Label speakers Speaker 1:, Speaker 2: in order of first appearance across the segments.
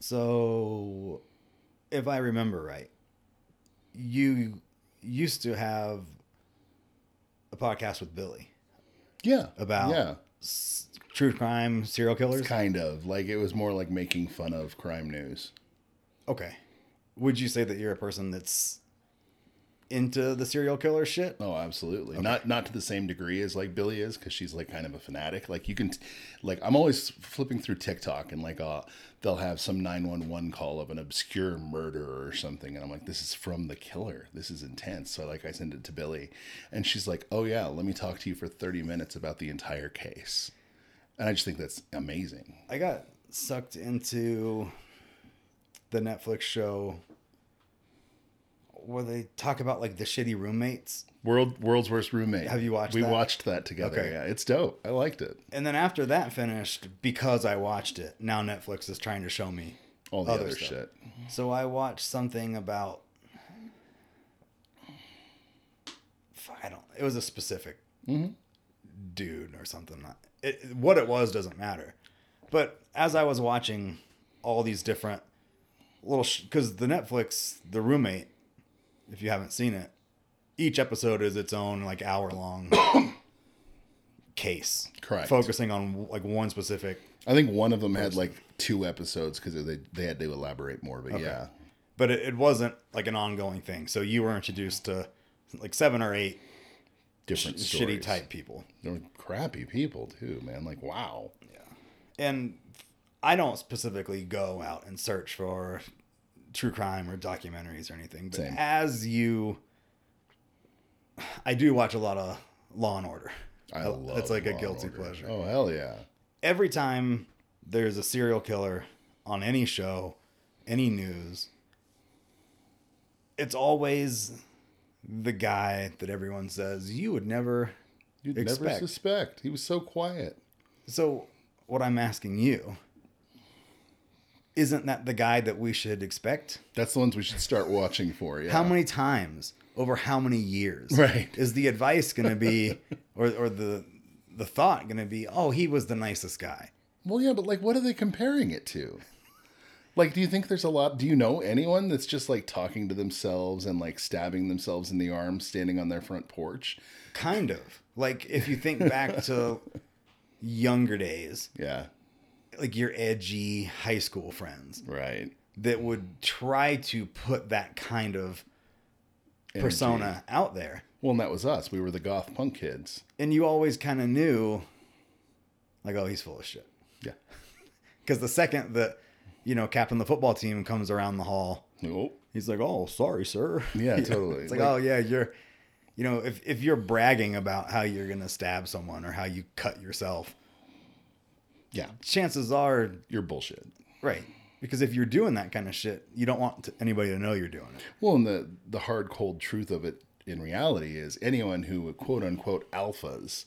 Speaker 1: So, if I remember right, you used to have a podcast with Billy
Speaker 2: Yeah.
Speaker 1: about
Speaker 2: Yeah.
Speaker 1: s- true crime serial killers.
Speaker 2: Kind of. Like it was more like making fun of crime news.
Speaker 1: Okay. Would you say that you're a person that's into the serial killer shit?
Speaker 2: Oh, absolutely. Not not to the same degree as like Billy is because she's like kind of a fanatic. Like you can, t- like I'm always flipping through TikTok and like uh they'll have some 911 call of an obscure murder or something, and I'm like, this is from the killer. This is intense. So like I send it to Billy, and she's like, oh yeah, let me talk to you for 30 minutes about the entire case, and I just think that's amazing.
Speaker 1: I got sucked into the Netflix show where they talk about like the shitty roommates.
Speaker 2: World world's worst roommate.
Speaker 1: Have you watched
Speaker 2: We
Speaker 1: that?
Speaker 2: watched that together.
Speaker 1: Okay.
Speaker 2: Yeah, it's dope. I liked it.
Speaker 1: And then after that finished, because I watched it, now Netflix is trying to show me.
Speaker 2: All the
Speaker 1: Other
Speaker 2: other,
Speaker 1: stuff.
Speaker 2: shit.
Speaker 1: So I watched something about. Fuck, I don't. It was a specific dude or something. It, what it was doesn't matter. But as I was watching all these different little, because the Netflix, the roommate, if you haven't seen it, each episode is its own like hour long case,
Speaker 2: Correct.
Speaker 1: Focusing on like one specific
Speaker 2: I think one of them had like two episodes because they they had to elaborate more. But yeah,
Speaker 1: but it, it wasn't like an ongoing thing. So you were introduced to like seven or eight
Speaker 2: different
Speaker 1: shitty
Speaker 2: stories.
Speaker 1: type people.
Speaker 2: They were crappy people too, man. Like wow,
Speaker 1: And I don't specifically go out and search for true crime or documentaries or anything. But
Speaker 2: Same.
Speaker 1: as you, I do watch a lot of Law and Order.
Speaker 2: I
Speaker 1: Uh,
Speaker 2: love.
Speaker 1: it's like a
Speaker 2: Law and
Speaker 1: guilty
Speaker 2: Order.
Speaker 1: pleasure.
Speaker 2: Oh hell yeah,
Speaker 1: Every time there's a serial killer on any show, any news, it's always the guy that everyone says you would never
Speaker 2: you'd
Speaker 1: Expect.
Speaker 2: never suspect. He was so quiet.
Speaker 1: So, what I'm asking you isn't that the guy that we should expect?
Speaker 2: That's the ones we should start watching for. Yeah,
Speaker 1: How many times over how many years
Speaker 2: Right.
Speaker 1: is the advice going to be, or, or the the thought going to be, oh, he was the nicest guy?
Speaker 2: Well, yeah, but like, what are they comparing it to? Like, do you think there's a lot? Do you know anyone that's just like talking to themselves and like stabbing themselves in the arm, standing on their front porch?
Speaker 1: Kind of like if you think back to younger days,
Speaker 2: Yeah,
Speaker 1: like your edgy high school friends
Speaker 2: right.
Speaker 1: that would try to put that kind of
Speaker 2: Energy.
Speaker 1: persona out there.
Speaker 2: Well, and that was us. We were the goth punk kids.
Speaker 1: and you always kind of knew like oh he's full of shit
Speaker 2: Yeah.
Speaker 1: because the second that you know captain the football team comes around the hall
Speaker 2: Oh,
Speaker 1: he's like oh sorry sir
Speaker 2: Yeah, totally.
Speaker 1: it's like,
Speaker 2: Like-
Speaker 1: oh yeah you're you know if, if you're bragging about how you're gonna stab someone or how you cut yourself
Speaker 2: yeah.
Speaker 1: chances are
Speaker 2: You're bullshit.
Speaker 1: right because if you're doing that kind of shit you don't want to, anybody to know you're doing it
Speaker 2: Well, and the the hard cold truth of it in reality is anyone who quote unquote alphas,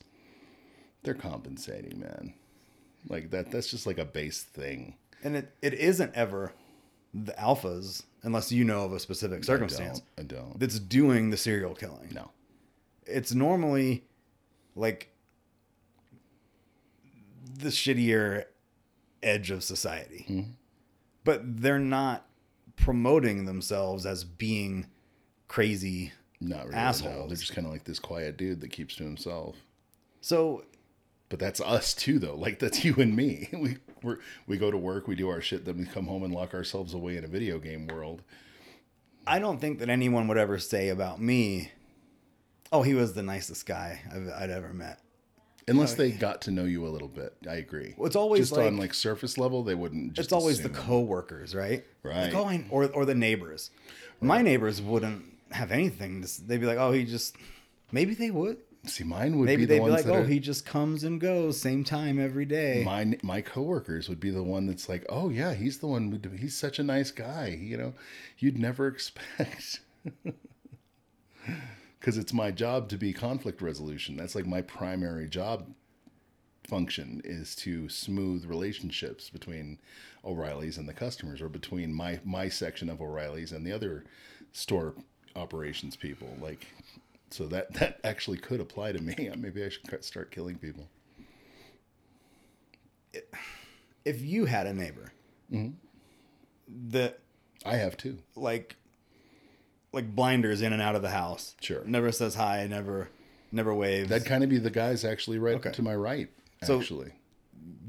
Speaker 2: they're compensating, man. Like that. That's just like a base thing.
Speaker 1: and it, it isn't ever the alphas unless you know of a specific
Speaker 2: I
Speaker 1: circumstance
Speaker 2: don't. I don't.
Speaker 1: that's doing the serial killing
Speaker 2: No.
Speaker 1: it's normally like the shittier edge of society.
Speaker 2: Mm-hmm.
Speaker 1: But they're not promoting themselves as being crazy.
Speaker 2: Not really. No.
Speaker 1: Assholes.
Speaker 2: They're just kind of like this quiet dude that keeps to himself.
Speaker 1: So
Speaker 2: But that's us too, though. Like that's you and me. We we're, we go to work, we do our shit, then we come home and lock ourselves away in a video game world.
Speaker 1: I don't think that anyone would ever say about me, oh, he was the nicest guy I've, I'd ever met.
Speaker 2: Unless they got to know you a little bit, I agree.
Speaker 1: Well, it's always
Speaker 2: just on
Speaker 1: like-
Speaker 2: like surface level, they wouldn't. Just
Speaker 1: it's always the
Speaker 2: assume.
Speaker 1: coworkers, right?
Speaker 2: Right.
Speaker 1: Like, oh, I, or or the neighbors. My neighbors wouldn't have anything. To, s- they'd be like, oh, he just. Maybe they would.
Speaker 2: See, mine would
Speaker 1: Maybe
Speaker 2: be the
Speaker 1: they'd be
Speaker 2: ones
Speaker 1: like,
Speaker 2: that
Speaker 1: "Oh,
Speaker 2: are,
Speaker 1: he just comes and goes, same time every day."
Speaker 2: my my coworkers would be the one that's like, oh yeah, he's the one. who- He's such a nice guy. You know, you'd never expect. Because it's my job to be conflict resolution. That's like my primary job function is to smooth relationships between O'Reilly's and the customers, or between my my section of O'Reilly's and the other store operations people. Like, so that that actually could apply to me. Maybe I should start killing people. Mm-hmm.
Speaker 1: if you had a neighbor that
Speaker 2: I have too.
Speaker 1: like like blinders in and out of the house.
Speaker 2: Sure.
Speaker 1: Never says hi, never never waves.
Speaker 2: That'd kind of be the guys actually right
Speaker 1: Okay.
Speaker 2: to my right.
Speaker 1: So-
Speaker 2: Actually,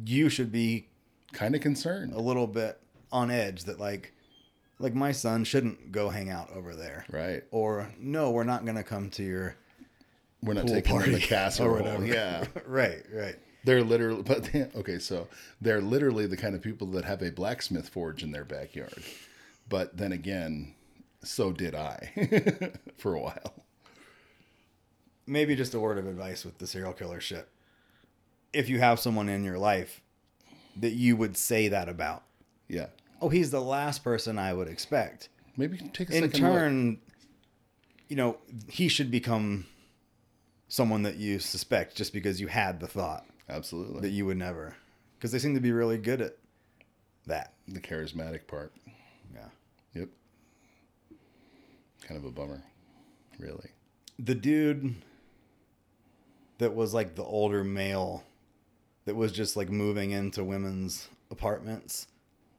Speaker 1: you should be
Speaker 2: kind of concerned,
Speaker 1: a little bit on edge that like like my son shouldn't go hang out over there.
Speaker 2: right?
Speaker 1: Or no, we're not gonna come to your
Speaker 2: We're not
Speaker 1: pool
Speaker 2: taking them to
Speaker 1: party
Speaker 2: the casserole.
Speaker 1: or whatever.
Speaker 2: Yeah,
Speaker 1: right, right.
Speaker 2: they're literally. But okay, so they're literally the kind of people that have a blacksmith forge in their backyard. But then again, so did I for a while.
Speaker 1: Maybe just a word of advice with the serial killer shit. If you have someone in your life that you would say that about.
Speaker 2: Yeah,
Speaker 1: Oh, he's the last person I would expect.
Speaker 2: maybe take a
Speaker 1: in
Speaker 2: second look.
Speaker 1: turn, you know, he should become someone that you suspect just because you had the thought
Speaker 2: Absolutely,
Speaker 1: that you would never. Because they seem to be really good at that.
Speaker 2: the charismatic part.
Speaker 1: Yeah.
Speaker 2: Yep. Kind of a bummer, really.
Speaker 1: The dude that was like the older male that was just like moving into women's apartments.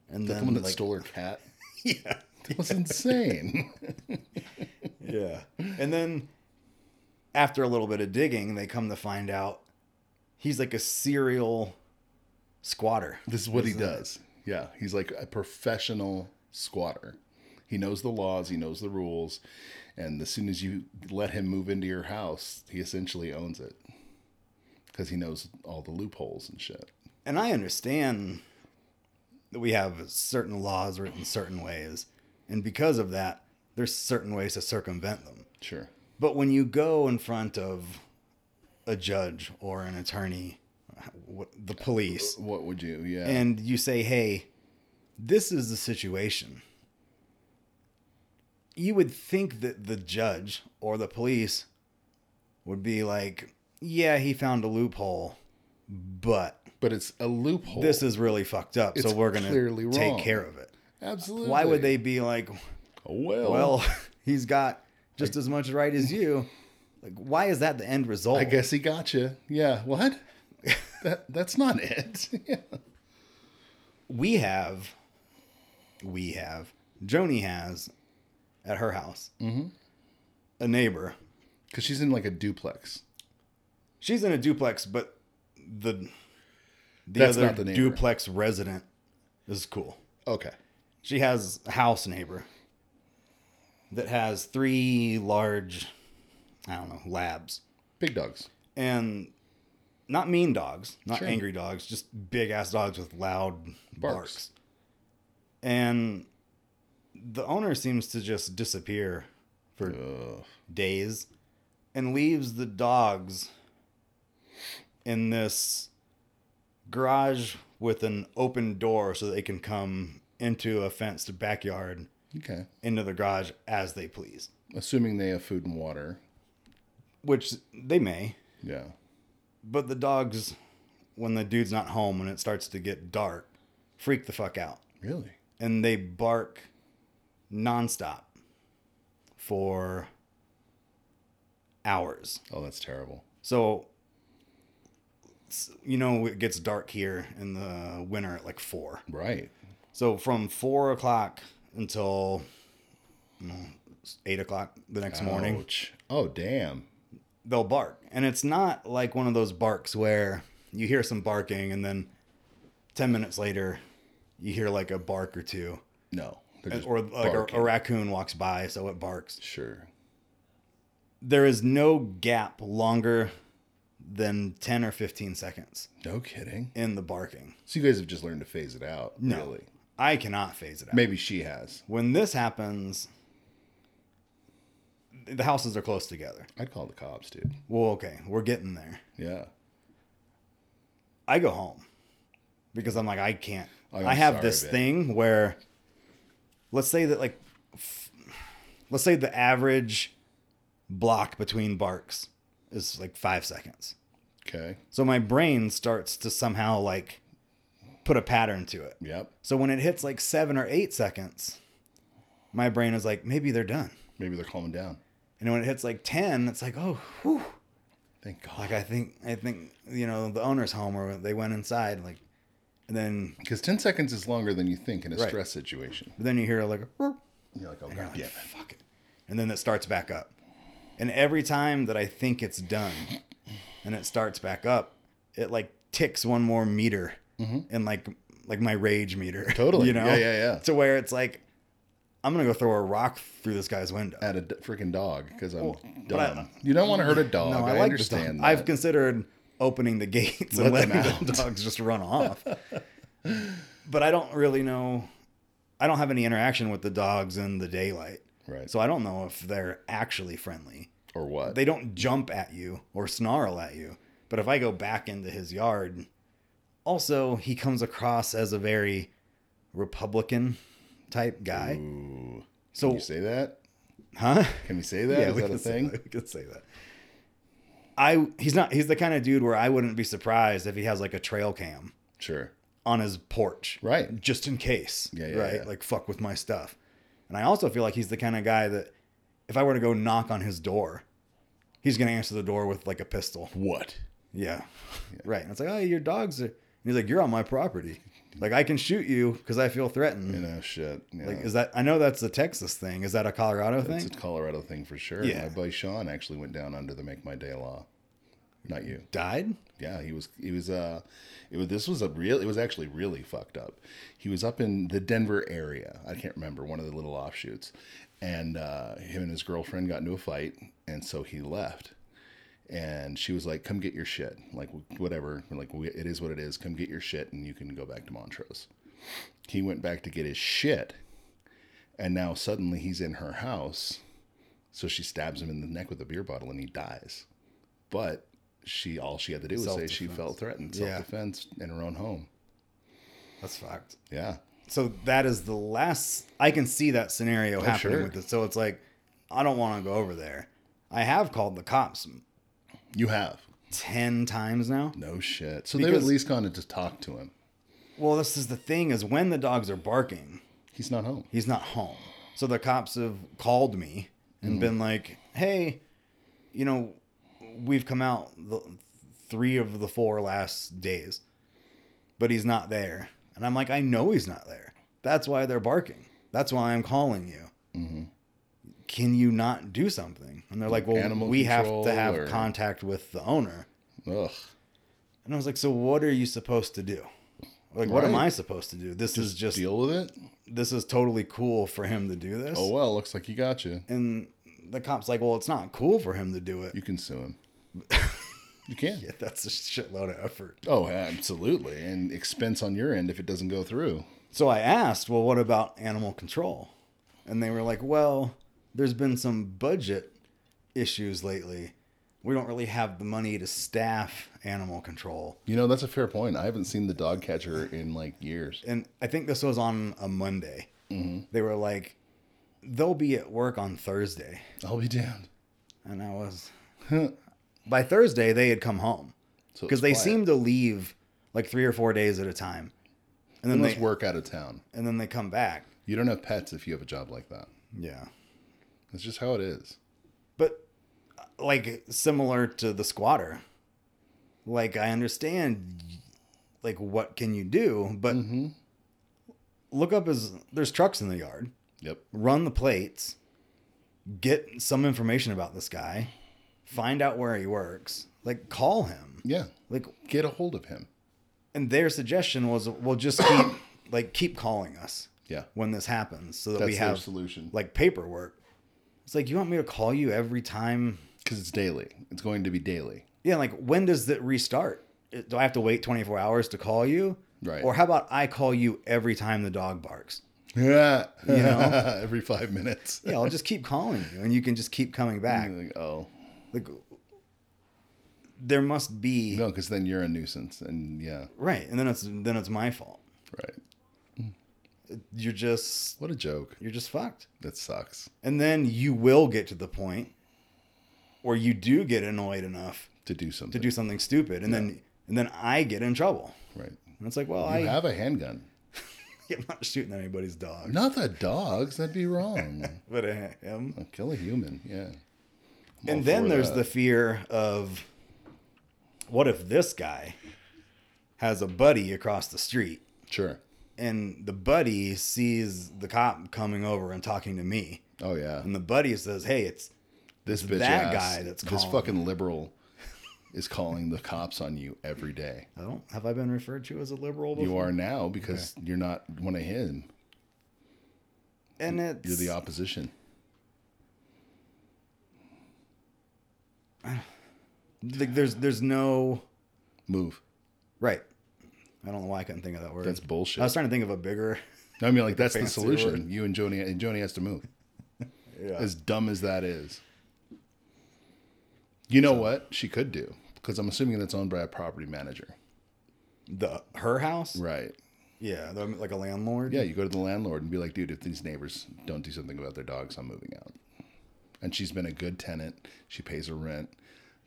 Speaker 1: And
Speaker 2: The
Speaker 1: then
Speaker 2: one that
Speaker 1: like,
Speaker 2: stole her cat.
Speaker 1: Yeah.
Speaker 2: That was insane.
Speaker 1: Yeah. And then after a little bit of digging, they come to find out he's like a serial squatter.
Speaker 2: This is what he does. Yeah, he's like a professional squatter. He knows the laws, he knows the rules, and as soon as you let him move into your house, he essentially owns it because he knows all the loopholes and shit.
Speaker 1: And I understand that we have certain laws written certain ways. And because of that, there's certain ways to circumvent them.
Speaker 2: Sure.
Speaker 1: But when you go in front of a judge or an attorney, wh- the police,
Speaker 2: What would you? Yeah.
Speaker 1: and you say, hey, this is the situation, you would think that the judge or the police would be like, yeah, he found a loophole, but
Speaker 2: but it's a loophole.
Speaker 1: this is really fucked up,
Speaker 2: It's
Speaker 1: so we're going
Speaker 2: clearly
Speaker 1: to take
Speaker 2: wrong.
Speaker 1: care of it.
Speaker 2: absolutely.
Speaker 1: Why would they be like,
Speaker 2: Well,
Speaker 1: well, he's got just as much right as you? Like, why is that the end result?
Speaker 2: I guess he got you. Yeah. What? that that's not it. yeah.
Speaker 1: we have, we have, Joni has at her house
Speaker 2: Mm-hmm.
Speaker 1: a neighbor.
Speaker 2: Because she's in like a duplex.
Speaker 1: She's in a duplex, but the the
Speaker 2: That's
Speaker 1: other
Speaker 2: not the neighbor.
Speaker 1: duplex resident is cool.
Speaker 2: Okay.
Speaker 1: She has a house neighbor that has three large, I don't know, labs
Speaker 2: Big dogs.
Speaker 1: and not mean dogs, not
Speaker 2: Sure.
Speaker 1: angry dogs, just big ass dogs with loud barks.
Speaker 2: Barks.
Speaker 1: And the owner seems to just disappear for
Speaker 2: Ugh.
Speaker 1: days and leaves the dogs in this garage with an open door so they can come into a fenced backyard
Speaker 2: Okay.
Speaker 1: into the garage as they please,
Speaker 2: Assuming they have food and water.
Speaker 1: which they may.
Speaker 2: Yeah.
Speaker 1: But the dogs, when the dude's not home, when it starts to get dark, freak the fuck out.
Speaker 2: Really?
Speaker 1: And they bark nonstop for hours.
Speaker 2: Oh, that's terrible.
Speaker 1: So, s- you know, it gets dark here in the winter at like four.
Speaker 2: Right.
Speaker 1: So from four o'clock until you know, eight o'clock the next morning,
Speaker 2: Ouch. Oh, damn.
Speaker 1: they'll bark. And it's not like one of those barks where you hear some barking and then 10 minutes later you hear like a bark or two
Speaker 2: No. They're just
Speaker 1: Uh, or like a,
Speaker 2: barking.
Speaker 1: a raccoon walks by so it barks.
Speaker 2: Sure.
Speaker 1: There is no gap longer than 10 or 15 seconds
Speaker 2: No kidding.
Speaker 1: in the barking.
Speaker 2: So you guys have just learned to phase it out.
Speaker 1: No.
Speaker 2: Really.
Speaker 1: I cannot phase it out.
Speaker 2: Maybe she has.
Speaker 1: When this happens, the houses are close together.
Speaker 2: I'd call the cops, dude.
Speaker 1: Well, okay, we're getting there.
Speaker 2: Yeah.
Speaker 1: I go home because I'm like, I can't.
Speaker 2: Oh, I'm
Speaker 1: I have
Speaker 2: sorry,
Speaker 1: this
Speaker 2: babe.
Speaker 1: thing where, let's say that like, f- let's say the average block between barks is like five seconds.
Speaker 2: Okay.
Speaker 1: So my brain starts to somehow like put a pattern to it.
Speaker 2: Yep.
Speaker 1: So when it hits like seven or eight seconds, my brain is like, maybe they're done.
Speaker 2: Maybe they're calming down.
Speaker 1: And when it hits like ten, it's like, oh, whew.
Speaker 2: Thank God.
Speaker 1: like I think I think you know the owner's home or they went inside. Like And then
Speaker 2: Because 10 seconds is longer than you think in a
Speaker 1: Right.
Speaker 2: stress situation.
Speaker 1: but then you hear like a "Burp."
Speaker 2: You're like, oh, God,
Speaker 1: yeah,
Speaker 2: yeah.
Speaker 1: fuck it. And then it starts back up. And every time that I think it's done and it starts back up, it like ticks one more meter and like like my rage meter.
Speaker 2: Mm-hmm. Totally.
Speaker 1: You know?
Speaker 2: Yeah, yeah, yeah.
Speaker 1: To where it's like, I'm gonna go throw a rock through this guy's window.
Speaker 2: At a d- freaking dog because I'm
Speaker 1: but I-
Speaker 2: dumb. you don't want to hurt a dog. I,
Speaker 1: like this
Speaker 2: understand
Speaker 1: dog.
Speaker 2: that.
Speaker 1: I've considered opening the gates and
Speaker 2: Let them
Speaker 1: letting the
Speaker 2: out.
Speaker 1: dogs just run off. but I don't really know. I don't have any interaction with the dogs in the daylight.
Speaker 2: Right.
Speaker 1: So I don't know if they're actually friendly.
Speaker 2: or what?
Speaker 1: They don't jump at you or snarl at you. But if I go back into his yard, also, he comes across as a very Republican type guy.
Speaker 2: Ooh. Can
Speaker 1: so,
Speaker 2: you say that?
Speaker 1: huh?
Speaker 2: Can we say that? Is
Speaker 1: we
Speaker 2: that
Speaker 1: can
Speaker 2: a
Speaker 1: say
Speaker 2: thing?
Speaker 1: that. We can say that. I he's not he's the kind of dude where I wouldn't be surprised if he has like a trail cam
Speaker 2: Sure.
Speaker 1: on his porch,
Speaker 2: Right.
Speaker 1: Just in case,
Speaker 2: Yeah, yeah,
Speaker 1: right?
Speaker 2: yeah.
Speaker 1: Like fuck with my stuff. And I also feel like he's the kind of guy that if I were to go knock on his door, he's gonna answer the door with like a pistol.
Speaker 2: What?
Speaker 1: Yeah, right. And it's like, oh, your dogs are. And he's like, you're on my property. Like I can shoot you because I feel threatened.
Speaker 2: You know, shit. Yeah.
Speaker 1: Like is that? I know that's a Texas thing. Is that a Colorado
Speaker 2: it's
Speaker 1: thing?
Speaker 2: a Colorado thing for sure.
Speaker 1: Yeah.
Speaker 2: My buddy Sean actually went down under the Make My Day law. Not you.
Speaker 1: Died?
Speaker 2: Yeah, he was. He was. Uh, it was. This was a real. It was actually really fucked up. He was up in the Denver area. I can't remember one of the little offshoots, and uh, him and his girlfriend got into a fight, and so he left. And she was like, "Come get your shit, like whatever. Like we, it is what it is. Come get your shit, and you can go back to Montrose." He went back to get his shit, and now suddenly he's in her house. So she stabs him in the neck with a beer bottle, and he dies but she all she had to do was say she
Speaker 1: Self-defense.
Speaker 2: felt threatened
Speaker 1: Yeah.
Speaker 2: self-defense in her own home
Speaker 1: That's fucked.
Speaker 2: yeah
Speaker 1: so that is the last I can see that scenario happening
Speaker 2: Oh, sure.
Speaker 1: with it. So it's like I don't want to go over there. I have called the cops
Speaker 2: you have
Speaker 1: ten times now.
Speaker 2: no shit so they've
Speaker 1: Because-
Speaker 2: at least gone in to talk to him
Speaker 1: Well, this is the thing is when the dogs are barking,
Speaker 2: he's not home
Speaker 1: he's not home. So the cops have called me
Speaker 2: Mm.
Speaker 1: and been like, "Hey, you know, we've come out the three of the four last days, but he's not there." And I'm like, "I know he's not there. That's why they're barking. That's why I'm calling you.
Speaker 2: Mm-hmm.
Speaker 1: Can you not do something?" And they're like, "Well,
Speaker 2: Animal
Speaker 1: we have
Speaker 2: control
Speaker 1: to have
Speaker 2: or-
Speaker 1: contact with the owner."
Speaker 2: ugh
Speaker 1: And I was like, "So what are you supposed to do?" Like, what am
Speaker 2: Right.
Speaker 1: I supposed to do? This is just
Speaker 2: deal with it
Speaker 1: this is totally cool for him to do this.
Speaker 2: oh well looks like you got you
Speaker 1: And the cop's like, well, it's not cool for him to do it.
Speaker 2: you can sue him you can
Speaker 1: Yeah, that's a shitload of effort.
Speaker 2: oh absolutely and expense on your end if it doesn't go through
Speaker 1: So I asked, well, what about animal control? And they were like, well, there's been some budget issues lately. We don't really have the money to staff animal control.
Speaker 2: you know that's a fair point i haven't seen the dog catcher in like years
Speaker 1: And I think this was on a Monday.
Speaker 2: Mm-hmm.
Speaker 1: They were like, they'll be at work on Thursday.
Speaker 2: i'll be damned
Speaker 1: And I was. By Thursday, they had come home.
Speaker 2: So it
Speaker 1: because
Speaker 2: was
Speaker 1: they
Speaker 2: quiet.
Speaker 1: seem to leave like three or four days at a time, and then
Speaker 2: unless
Speaker 1: they
Speaker 2: work out of town
Speaker 1: and then they come back.
Speaker 2: you don't have pets if you have a job like that
Speaker 1: Yeah,
Speaker 2: that's just how it is
Speaker 1: but uh, like similar to the squatter, like I understand, like what can you do? But look up his there's trucks in the yard.
Speaker 2: yep
Speaker 1: Run the plates, get some information about this guy, find out where he works. Like call him.
Speaker 2: yeah
Speaker 1: Like
Speaker 2: get a hold of him
Speaker 1: and their suggestion was well just keep like keep calling us
Speaker 2: Yeah.
Speaker 1: when this happens so that
Speaker 2: That's
Speaker 1: we
Speaker 2: their
Speaker 1: have
Speaker 2: solution.
Speaker 1: like paperwork it's like you want me to call you every time
Speaker 2: Because it's daily. It's going to be daily.
Speaker 1: yeah like when does it restart It- do i have to wait 24 hours to call you
Speaker 2: Right.
Speaker 1: or how about i call you every time the dog barks
Speaker 2: Yeah. You
Speaker 1: know?
Speaker 2: every five minutes.
Speaker 1: yeah i'll just keep calling you and you can just keep coming back
Speaker 2: Like, oh
Speaker 1: like there must be
Speaker 2: no, because then you're a nuisance, and yeah,
Speaker 1: right and then it's then it's my fault
Speaker 2: right.
Speaker 1: you're just
Speaker 2: What a joke.
Speaker 1: you're just fucked
Speaker 2: That sucks
Speaker 1: And then you will get to the point where you do get annoyed enough
Speaker 2: to do
Speaker 1: to
Speaker 2: something.
Speaker 1: do something stupid, and then and then I get in trouble.
Speaker 2: right.
Speaker 1: And it's like, well, I,
Speaker 2: You have a handgun.
Speaker 1: I'm not shooting at anybody's dog,
Speaker 2: Not the dogs. That'd be wrong.
Speaker 1: but I am.
Speaker 2: Kill a human. Yeah. I'm all
Speaker 1: and then
Speaker 2: for
Speaker 1: there's
Speaker 2: that.
Speaker 1: the fear of, what if this guy has a buddy across the street,
Speaker 2: Sure.
Speaker 1: and the buddy sees the cop coming over and talking to me,
Speaker 2: Oh yeah.
Speaker 1: and the buddy says, "Hey, it's
Speaker 2: This bitch
Speaker 1: that
Speaker 2: ass,
Speaker 1: guy that's
Speaker 2: this
Speaker 1: calling.
Speaker 2: fucking liberal is calling the cops on you every day.
Speaker 1: I don't have I been referred to as a liberal before,
Speaker 2: You are now because you're not one of him.
Speaker 1: and it's
Speaker 2: You're the opposition.
Speaker 1: like there's there's no
Speaker 2: Move.
Speaker 1: right. I don't know why I couldn't think of that word.
Speaker 2: That's bullshit.
Speaker 1: I was trying to think of a bigger.
Speaker 2: I mean, like that's the
Speaker 1: fancy
Speaker 2: solution.
Speaker 1: word.
Speaker 2: You and Joni and Joni has to move.
Speaker 1: Yeah.
Speaker 2: As dumb as that is, you know what she could do because I'm assuming that's owned by a property manager,
Speaker 1: the her house.
Speaker 2: right?
Speaker 1: Yeah, the, like a landlord.
Speaker 2: Yeah, you go to the landlord and be like, dude, if these neighbors don't do something about their dogs, I'm moving out. And she's been a good tenant. She pays her rent.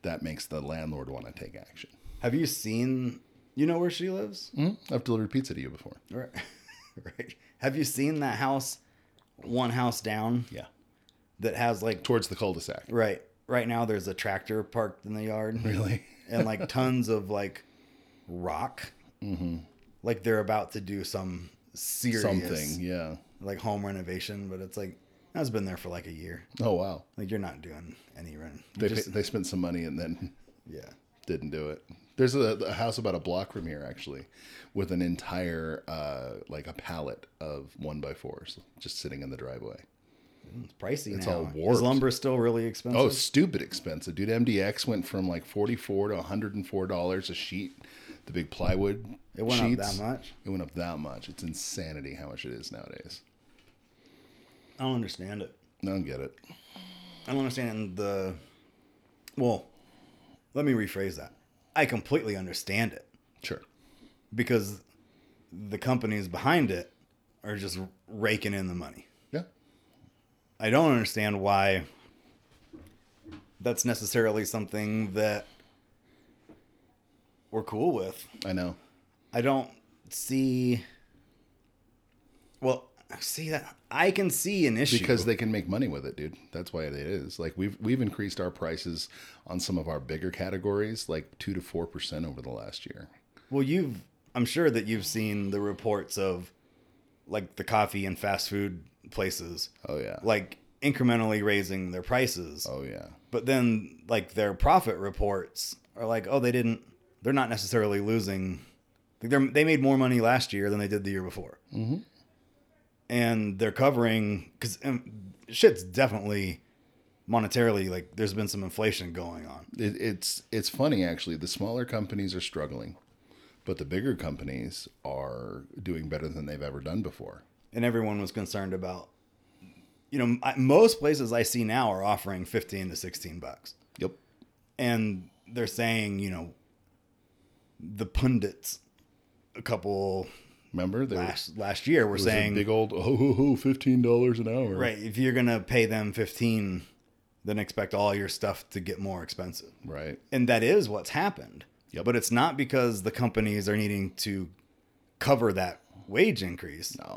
Speaker 2: That makes the landlord want to take action.
Speaker 1: Have you seen? You know where she lives,
Speaker 2: Mm-hmm. I've delivered pizza to you before.
Speaker 1: right? right. Have you seen that house, one house down,
Speaker 2: Yeah.
Speaker 1: that has like
Speaker 2: Towards the cul-de-sac.
Speaker 1: right right now? There's a tractor parked in the yard,
Speaker 2: Really?
Speaker 1: and like tons of like rock. Mm-hmm. Like they're about to do some serious
Speaker 2: Something. Yeah.
Speaker 1: like home renovation, but it's like that's been there for like a year.
Speaker 2: Oh wow.
Speaker 1: Like you're not doing any rent.
Speaker 2: They pa- they spent some money and then
Speaker 1: yeah.
Speaker 2: didn't do it. There's a, a house about a block from here actually, with an entire uh, like a pallet of one by fours just sitting in the driveway.
Speaker 1: It's pricey
Speaker 2: It's
Speaker 1: now.
Speaker 2: all
Speaker 1: Is
Speaker 2: warped.
Speaker 1: lumber's still really expensive?
Speaker 2: Oh, stupid expensive, dude! MDX went from like forty four to one hundred and four dollars a sheet. The big plywood
Speaker 1: it went
Speaker 2: sheets.
Speaker 1: up that much.
Speaker 2: It went up that much. It's insanity how much it is nowadays.
Speaker 1: I don't understand it.
Speaker 2: I don't get it.
Speaker 1: I don't understand the. Well, let me rephrase that. I completely understand it
Speaker 2: Sure.
Speaker 1: because the companies behind it are just raking in the money.
Speaker 2: Yeah.
Speaker 1: I don't understand why that's necessarily something that we're cool with.
Speaker 2: I know.
Speaker 1: I don't see. Well, see that I can see an issue
Speaker 2: because they can make money with it, dude. That's why it is. Like we've we've increased our prices on some of our bigger categories like 2 to 4% over the last year.
Speaker 1: Well, you've I'm sure that you've seen the reports of like the coffee and fast food places
Speaker 2: Oh yeah.
Speaker 1: like incrementally raising their prices.
Speaker 2: oh yeah.
Speaker 1: But then like their profit reports are like, "Oh, they didn't they're not necessarily losing. Like they they made more money last year than they did the year before." Mm-hmm. And they're covering cuz shit's definitely monetarily like there's been some inflation going on.
Speaker 2: It, it's it's funny actually. The smaller companies are struggling, but the bigger companies are doing better than they've ever done before.
Speaker 1: and everyone was concerned about you know I, most places i see now are offering 15 to 16 bucks
Speaker 2: Yep.
Speaker 1: and they're saying you know the pundits a couple
Speaker 2: Remember there was
Speaker 1: last last year were
Speaker 2: a
Speaker 1: saying
Speaker 2: big old oh, oh, oh $15 an hour.
Speaker 1: right if you're going to pay them 15 then expect all your stuff to get more expensive
Speaker 2: Right.
Speaker 1: and that is what's happened
Speaker 2: Yep.
Speaker 1: but it's not because the companies are needing to cover that wage increase
Speaker 2: No.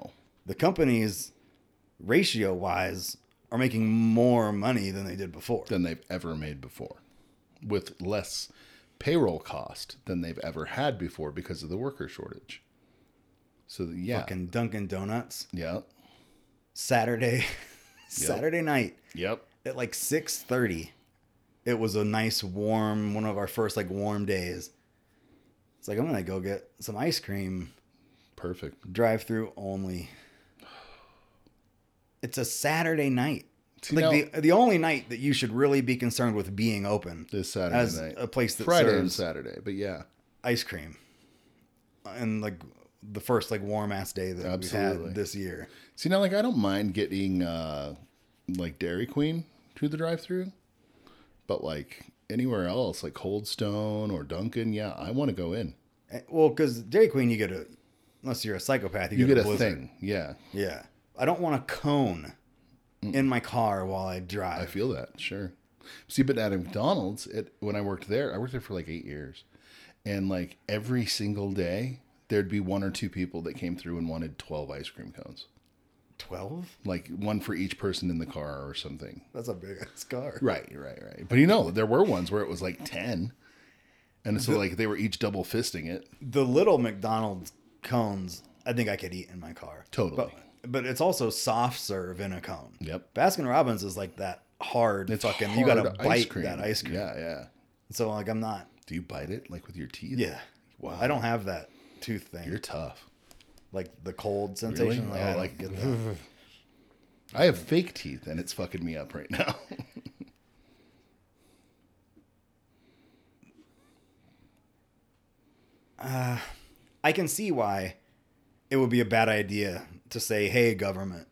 Speaker 1: the companies ratio wise are making more money than they did before.
Speaker 2: than they've ever made before, with less payroll cost than they've ever had before because of the worker shortage. So yeah,
Speaker 1: Fucking Dunkin' Donuts
Speaker 2: yeah,
Speaker 1: Saturday Saturday night
Speaker 2: yep,
Speaker 1: at like 6:30. It was a nice warm one of our first like warm days. It's like I'm going to go get some ice cream
Speaker 2: perfect.
Speaker 1: drive through only. It's a Saturday night.
Speaker 2: See,
Speaker 1: like
Speaker 2: now-
Speaker 1: the the only night that you should really be concerned with being open
Speaker 2: This Saturday
Speaker 1: as
Speaker 2: night,
Speaker 1: a place that
Speaker 2: Friday and
Speaker 1: serves
Speaker 2: Saturday, but yeah,
Speaker 1: ice cream and like the first like warm ass day that we've
Speaker 2: Absolutely.
Speaker 1: had this year
Speaker 2: see now, like I don't mind getting uh, like Dairy Queen through the drive-through, but like anywhere else, like Cold Stone or Dunkin', yeah, I want to go in.
Speaker 1: Eh, well because dairy queen you get a unless you're a psychopath you,
Speaker 2: You
Speaker 1: get,
Speaker 2: get
Speaker 1: a,
Speaker 2: a
Speaker 1: blizzard.
Speaker 2: thing, yeah.
Speaker 1: yeah i don't want a cone in my car while i drive
Speaker 2: I feel that, sure. See, but at McDonald's, it when I worked there, I worked there for like eight years, and like every single day, there'd be one or two people that came through and wanted twelve ice cream cones,
Speaker 1: 12
Speaker 2: like one for each person in the car or something.
Speaker 1: that's a big ass car
Speaker 2: Right, right, right. But you know, there were ones where it was like ten, And so like they were each double fisting it.
Speaker 1: the little McDonald's cones, I think I could eat in my car.
Speaker 2: Totally.
Speaker 1: But, but it's also soft serve in a cone.
Speaker 2: Yep.
Speaker 1: Baskin Robbins is like that hard
Speaker 2: It's
Speaker 1: fucking.
Speaker 2: hard
Speaker 1: you gotta
Speaker 2: ice
Speaker 1: bite
Speaker 2: cream.
Speaker 1: that ice cream.
Speaker 2: Yeah, yeah.
Speaker 1: So like I'm not.
Speaker 2: Do you bite it like with your teeth?
Speaker 1: Yeah.
Speaker 2: Wow.
Speaker 1: I don't have that tooth thing.
Speaker 2: You're tough.
Speaker 1: like the cold
Speaker 2: Really?
Speaker 1: sensation. Like, I
Speaker 2: I
Speaker 1: don't
Speaker 2: like
Speaker 1: get that.
Speaker 2: that. I have fake teeth and it's fucking me up right now.
Speaker 1: I can see why it would be a bad idea to say, "Hey, government,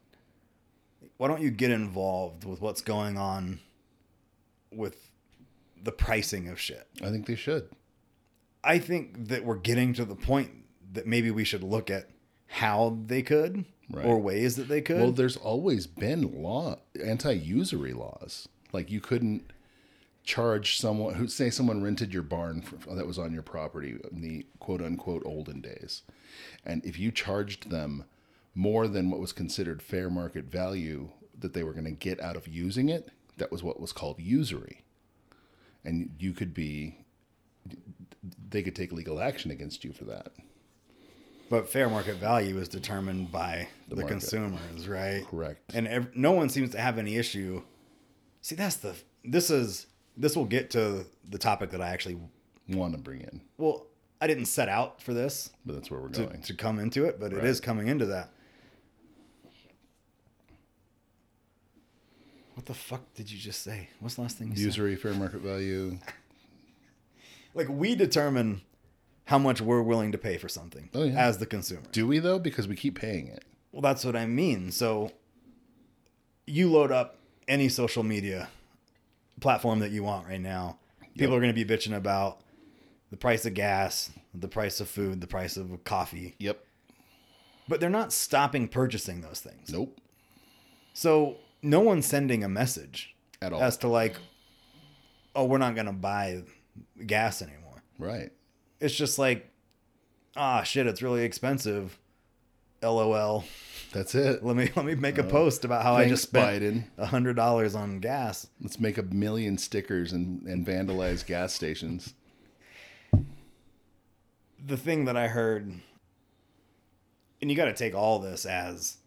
Speaker 1: why don't you get involved with what's going on with the pricing of shit?"
Speaker 2: I think they should.
Speaker 1: I think that we're getting to the point that maybe we should look at how they could
Speaker 2: Right.
Speaker 1: or ways that they could.
Speaker 2: Well, there's always been law anti-usury laws. Like you couldn't charge someone who say someone rented your barn for, that was on your property in the quote unquote olden days, and if you charged them more than what was considered fair market value that they were going to get out of using it, that was what was called usury, and you could be they could take legal action against you for that.
Speaker 1: but fair market value is determined by the,
Speaker 2: market.
Speaker 1: consumers, right?
Speaker 2: Correct.
Speaker 1: And ev- no one seems to have any issue. See, that's the this is this will get to the topic that I actually
Speaker 2: Want to bring in,
Speaker 1: well I didn't set out for this
Speaker 2: but that's where we're
Speaker 1: to,
Speaker 2: going.
Speaker 1: to come into it, but it is coming into that. What the fuck did you just say? What's the last thing you said?
Speaker 2: Usury, fair market value.
Speaker 1: like we determine how much we're willing to pay for something
Speaker 2: Oh, yeah.
Speaker 1: as the consumer.
Speaker 2: Do we though? Because we keep paying it.
Speaker 1: Well, that's what I mean. So you load up any social media platform that you want right now. People are going to be bitching about the price of gas, the price of food, the price of coffee,
Speaker 2: Yep.
Speaker 1: but they're not stopping purchasing those things.
Speaker 2: Nope.
Speaker 1: So no one's sending a message
Speaker 2: At all.
Speaker 1: as to like, oh, we're not going to buy gas anymore.
Speaker 2: Right.
Speaker 1: it's just like, ah, shit, it's really expensive. LOL.
Speaker 2: That's it.
Speaker 1: Let me let me make a post about how I
Speaker 2: Thanks,
Speaker 1: just spent
Speaker 2: Biden.
Speaker 1: a hundred dollars on gas.
Speaker 2: Let's make a million stickers and, and vandalize gas stations.
Speaker 1: The thing that I heard, and you got to take all this as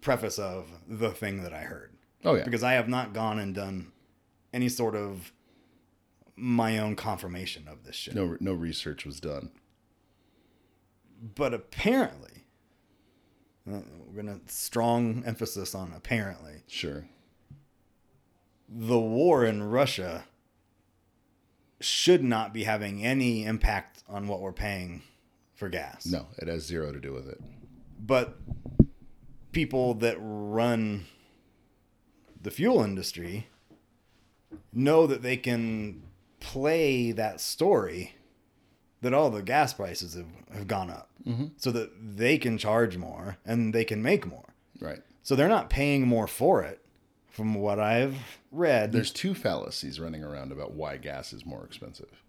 Speaker 1: preface of the thing that I heard
Speaker 2: Oh yeah.
Speaker 1: because I have not gone and done any sort of my own confirmation of this shit.
Speaker 2: no no research was done.
Speaker 1: But apparently, uh, we're gonna strong emphasis on apparently.
Speaker 2: Sure.
Speaker 1: the war in Russia should not be having any impact on what we're paying for gas.
Speaker 2: No, it has zero to do with it.
Speaker 1: But people that run the fuel industry know that they can play that story that all the gas prices have, have gone up
Speaker 2: Mm-hmm.
Speaker 1: so that they can charge more and they can make more.
Speaker 2: Right.
Speaker 1: So they're not paying more for it from what I've read.
Speaker 2: There's two fallacies running around about why gas is more expensive.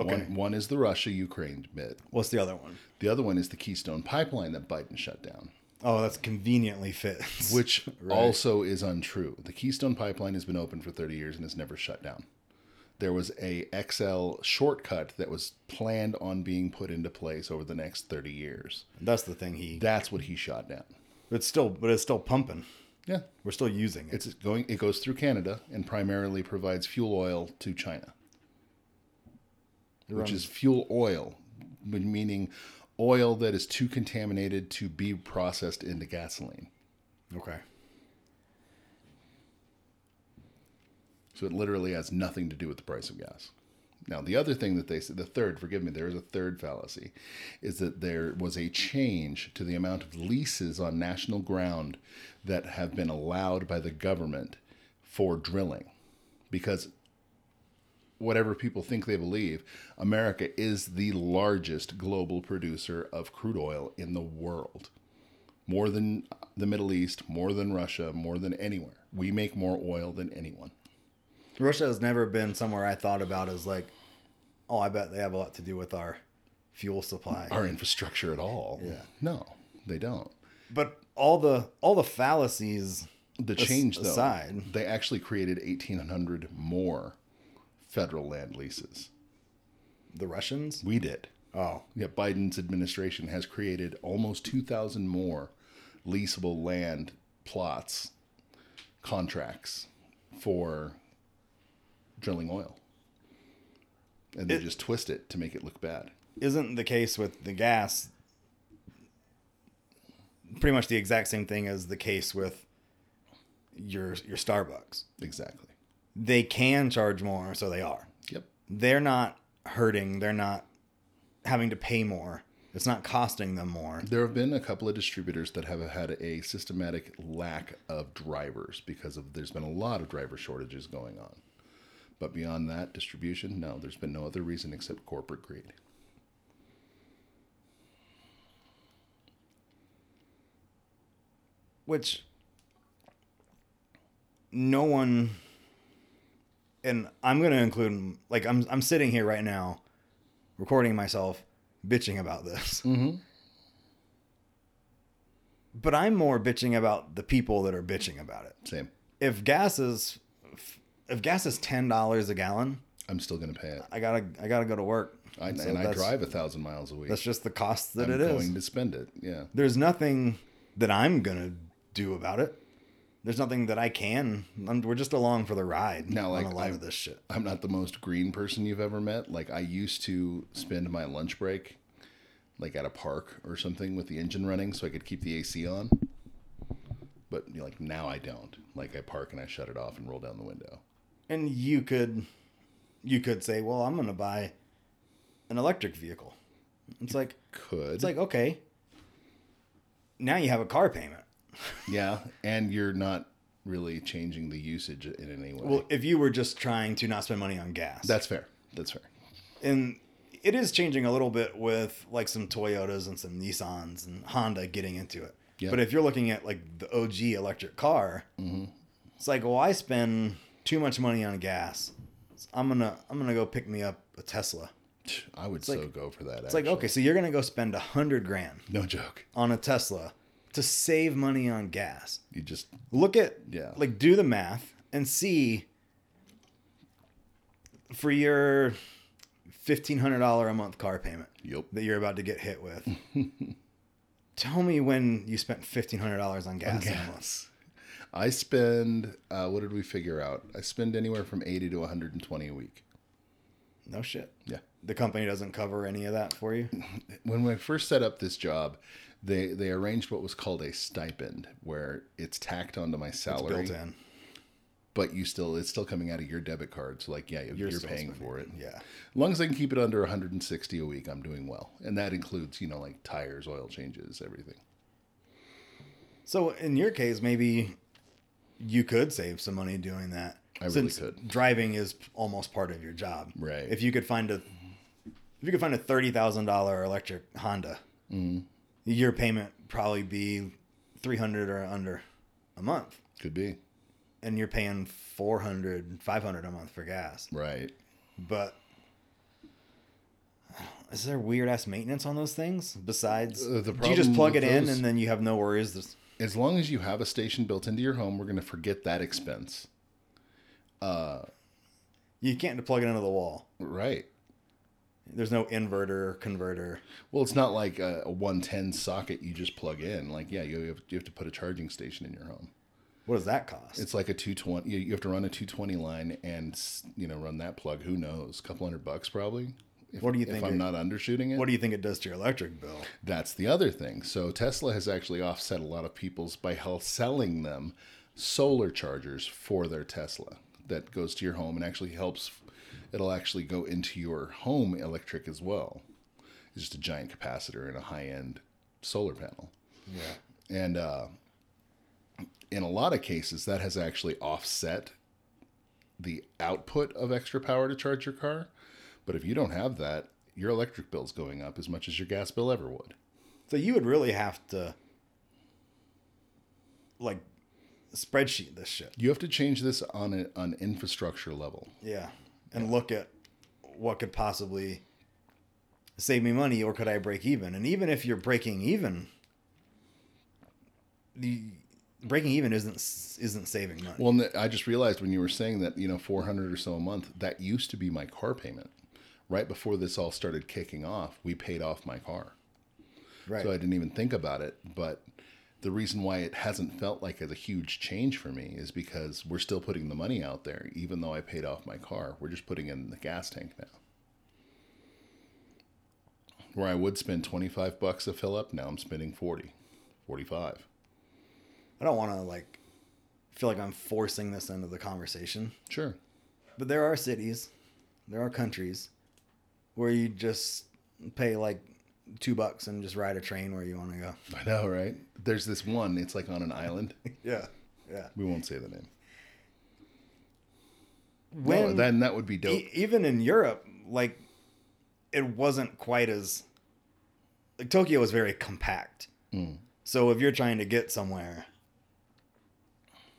Speaker 1: Okay.
Speaker 2: One, one is the Russia Ukraine bit.
Speaker 1: What's the other one?
Speaker 2: The other one is the Keystone pipeline that Biden shut down.
Speaker 1: Oh, that's conveniently fits.
Speaker 2: which also is untrue. The Keystone Pipeline has been open for 30 years and has never shut down. There was a XL shortcut that was planned on being put into place over the next 30 years.
Speaker 1: that's the thing he.
Speaker 2: That's what he shot down.
Speaker 1: It's still, but it's still pumping.
Speaker 2: Yeah,
Speaker 1: We're still using it.
Speaker 2: it's going it goes through Canada and primarily provides fuel oil to China. Which is fuel oil, meaning oil that is too contaminated to be processed into gasoline.
Speaker 1: okay.
Speaker 2: So it literally has nothing to do with the price of gas. Now, the other thing that they said, the third, forgive me, there is a third fallacy, is that there was a change to the amount of leases on national ground that have been allowed by the government for drilling. Because whatever people think they believe, America is the largest global producer of crude oil in the world. More than the Middle East, more than Russia, more than anywhere. We make more oil than anyone.
Speaker 1: Russia has never been somewhere I thought about as like, oh, I bet they have a lot to do with our fuel supply.
Speaker 2: our infrastructure at all. Yeah. No, they don't.
Speaker 1: But all the all the fallacies.
Speaker 2: The
Speaker 1: As-
Speaker 2: change though,
Speaker 1: aside.
Speaker 2: they actually created 1800 more federal land leases.
Speaker 1: the Russians?
Speaker 2: We did.
Speaker 1: Oh,
Speaker 2: Yeah, Biden's administration has created almost 2,000 more leasable land plots, contracts for drilling oil. And they just twist it to make it look bad.
Speaker 1: isn't the case with the gas pretty much the exact same thing as the case with your your Starbucks?
Speaker 2: Exactly.
Speaker 1: They can charge more, so they are.
Speaker 2: Yep.
Speaker 1: They're not hurting. They're not having to pay more. It's not costing them more.
Speaker 2: There have been a couple of distributors that have had a systematic lack of drivers because of there's been a lot of driver shortages going on. But beyond that, distribution, no, there's been no other reason except corporate greed.
Speaker 1: which no one and I'm going to include like I'm I'm sitting here right now recording myself bitching about this.
Speaker 2: Mm-hmm.
Speaker 1: But I'm more bitching about the people that are bitching about it.
Speaker 2: Same.
Speaker 1: If gas is if gas is $10 a gallon,
Speaker 2: I'm still going to pay it.
Speaker 1: I got to I got to go to work.
Speaker 2: I,
Speaker 1: So
Speaker 2: and I
Speaker 1: that's-
Speaker 2: drive a thousand miles a week.
Speaker 1: That's just the cost that
Speaker 2: I'm
Speaker 1: it is.
Speaker 2: going to spend it. Yeah.
Speaker 1: there's nothing that I'm gonna do about it. There's nothing that I can. I'm, we're just along for the ride
Speaker 2: Now, like,
Speaker 1: on a lot
Speaker 2: I'm-
Speaker 1: of this shit.
Speaker 2: I'm not the most green person you've ever met. Like I used to spend my lunch break like at a park or something with the engine running so I could keep the AC on. But you know, like now I don't. Like I park and I shut it off and roll down the window.
Speaker 1: And you could, you could say, well, I'm gonna buy an electric vehicle. It's like
Speaker 2: Could.
Speaker 1: it's like okay. Now you have a car payment.
Speaker 2: yeah, and you're not really changing the usage in any way.
Speaker 1: Well, if you were just trying to not spend money on gas,
Speaker 2: that's fair. That's fair.
Speaker 1: and it is changing a little bit with like some Toyotas and some Nissans and Honda getting into it.
Speaker 2: Yeah. Mm-hmm.
Speaker 1: But if you're looking at like the OG electric car, it's like, well, I spend too much money on gas. So I'm gonna I'm gonna go pick me up a Tesla.
Speaker 2: I would so go for that.
Speaker 1: It's like, okay, so you're gonna go spend a hundred grand
Speaker 2: no joke.
Speaker 1: on a Tesla to save money on gas.
Speaker 2: You just
Speaker 1: Look at
Speaker 2: Yeah.
Speaker 1: like do the math and see for your fifteen hundred dollar a month car payment
Speaker 2: yep.
Speaker 1: that you're about to get hit with. Tell me when you spent fifteen hundred dollars on gas. in a month.
Speaker 2: Yes. I spend uh, what did we figure out? I spend anywhere from eighty to one hundred and twenty a week.
Speaker 1: No shit.
Speaker 2: Yeah.
Speaker 1: The company doesn't cover any of that for you.
Speaker 2: When I first set up this job, they they arranged what was called a stipend, where it's tacked onto my
Speaker 1: It's
Speaker 2: salary,
Speaker 1: built in.
Speaker 2: but you still it's still coming out of your debit card. So like, yeah, you're, you're
Speaker 1: still
Speaker 2: paying
Speaker 1: spending.
Speaker 2: for it.
Speaker 1: Yeah.
Speaker 2: As long as I can keep it under one hundred and sixty a week, I'm doing well, and that includes you know like tires, oil changes, everything.
Speaker 1: So in your case, maybe you could save some money doing that.
Speaker 2: I really could.
Speaker 1: Driving is almost part of your job.
Speaker 2: Right.
Speaker 1: If you could find a, if you could find a thirty thousand dollar electric Honda,
Speaker 2: Mm.
Speaker 1: your payment probably be three hundred or under a month.
Speaker 2: Could be
Speaker 1: and you're paying 400 500 a month for gas
Speaker 2: right.
Speaker 1: but I don't- is there weird ass maintenance on those things besides
Speaker 2: Uh, the
Speaker 1: do you just
Speaker 2: problem
Speaker 1: plug it
Speaker 2: with
Speaker 1: in
Speaker 2: those-
Speaker 1: and then you have no worries There's-
Speaker 2: as long as you have a station built into your home, we're going to forget that expense.
Speaker 1: you can't plug it into the wall
Speaker 2: Right.
Speaker 1: there's no inverter or converter
Speaker 2: Well, it's not like a, a 110 socket you just plug in. Like, yeah, you have, you have to put a charging station in your home.
Speaker 1: what does that cost
Speaker 2: It's like a 220. You, you have to run a 220 line and, s- you know, run that plug. Who knows? A couple hundred bucks probably. If,
Speaker 1: What do you
Speaker 2: If
Speaker 1: think
Speaker 2: I'm
Speaker 1: it-
Speaker 2: not undershooting it.
Speaker 1: what do you think it does to your electric bill
Speaker 2: That's the other thing. So Tesla has actually offset a lot of people's by hell selling them solar chargers for their Tesla that goes to your home and actually helps. It'll actually go into your home electric as well. It's just a giant capacitor and a high end solar panel.
Speaker 1: yeah
Speaker 2: And uh, in a lot of cases, that has actually offset the output of extra power to charge your car. But if you don't have that, your electric bill's going up as much as your gas bill ever would.
Speaker 1: so you would really have to like spreadsheet this shit
Speaker 2: You have to change this on a, on infrastructure level.
Speaker 1: Yeah. And look at what could possibly save me money or could I break even? And even if you're breaking even, the breaking even isn't s- isn't saving money.
Speaker 2: Well, and I just realized when you were saying that, you know, 400 or so a month, that used to be my car payment. right before this all started kicking off, we paid off my car.
Speaker 1: Right.
Speaker 2: So I didn't even think about it. But the reason why it hasn't felt like a huge change for me is because we're still putting the money out there, even though I paid off my car. We're just putting it in the gas tank now. Where I would spend 25 bucks to fill up, now I'm spending 40, 45.
Speaker 1: I don't want to like feel like I'm forcing this into the conversation,
Speaker 2: Sure.
Speaker 1: but there are cities, there are countries where you just pay like two bucks and just ride a train where you want to go.
Speaker 2: I know, right? There's this one, it's like on an island.
Speaker 1: Yeah, yeah.
Speaker 2: We won't say the name.
Speaker 1: When
Speaker 2: no, then that would be dope.
Speaker 1: e- even in Europe, like it wasn't quite as like Tokyo was very compact. So if you're trying to get somewhere,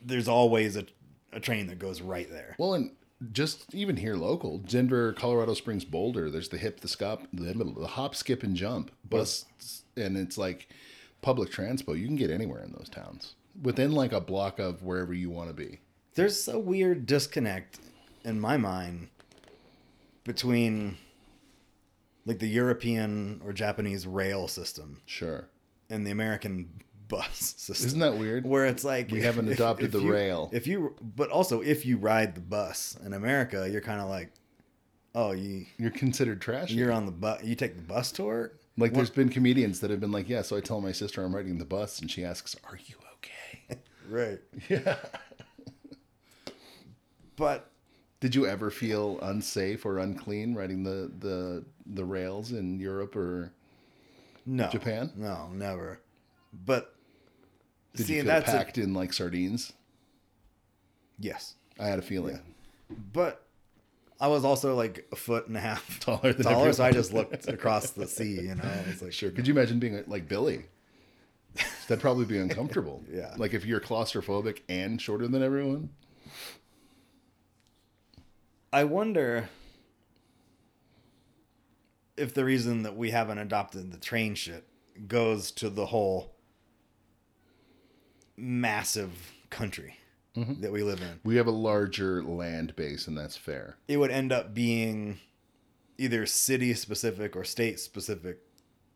Speaker 1: there's always a, a train that goes right there.
Speaker 2: Well, and just even here local, Denver, Colorado Springs, Boulder, there's the hip, the scop, the, the hop, skip, and jump bus, and it's like public transport. You can get anywhere in those towns within like a block of wherever you want to be.
Speaker 1: there's a weird disconnect in my mind between like the European or Japanese rail system
Speaker 2: Sure,
Speaker 1: and the American bus system.
Speaker 2: isn't that weird?
Speaker 1: where it's like
Speaker 2: We haven't adopted the
Speaker 1: you-
Speaker 2: rail.
Speaker 1: If you, but also if you ride the bus in America, you're kind of like, oh, you
Speaker 2: You're considered trash.
Speaker 1: you're on the bus. You take the bus to work.
Speaker 2: like there's been comedians that have been like, yeah. So I tell my sister I'm riding the bus, and she asks, "Are you okay?"
Speaker 1: right? Yeah. but
Speaker 2: Did you ever feel unsafe or unclean riding the the the rails in Europe or
Speaker 1: no,
Speaker 2: Japan?
Speaker 1: no, never. But
Speaker 2: did
Speaker 1: see,
Speaker 2: you feel
Speaker 1: that's a-
Speaker 2: packed in like sardines?
Speaker 1: yes.
Speaker 2: I had a feeling.
Speaker 1: but I was also like a foot and a half
Speaker 2: Taller than
Speaker 1: taller, so I
Speaker 2: everyone.
Speaker 1: just looked across the sea. You know, it's like
Speaker 2: Sure. Could you imagine being like Billy? That'd probably be uncomfortable.
Speaker 1: Yeah.
Speaker 2: Like if you're claustrophobic and shorter than everyone.
Speaker 1: I wonder if the reason that we haven't adopted the train shit goes to the whole massive country that we live in.
Speaker 2: We have a larger land base, and that's fair.
Speaker 1: It would end up being either city specific or state specific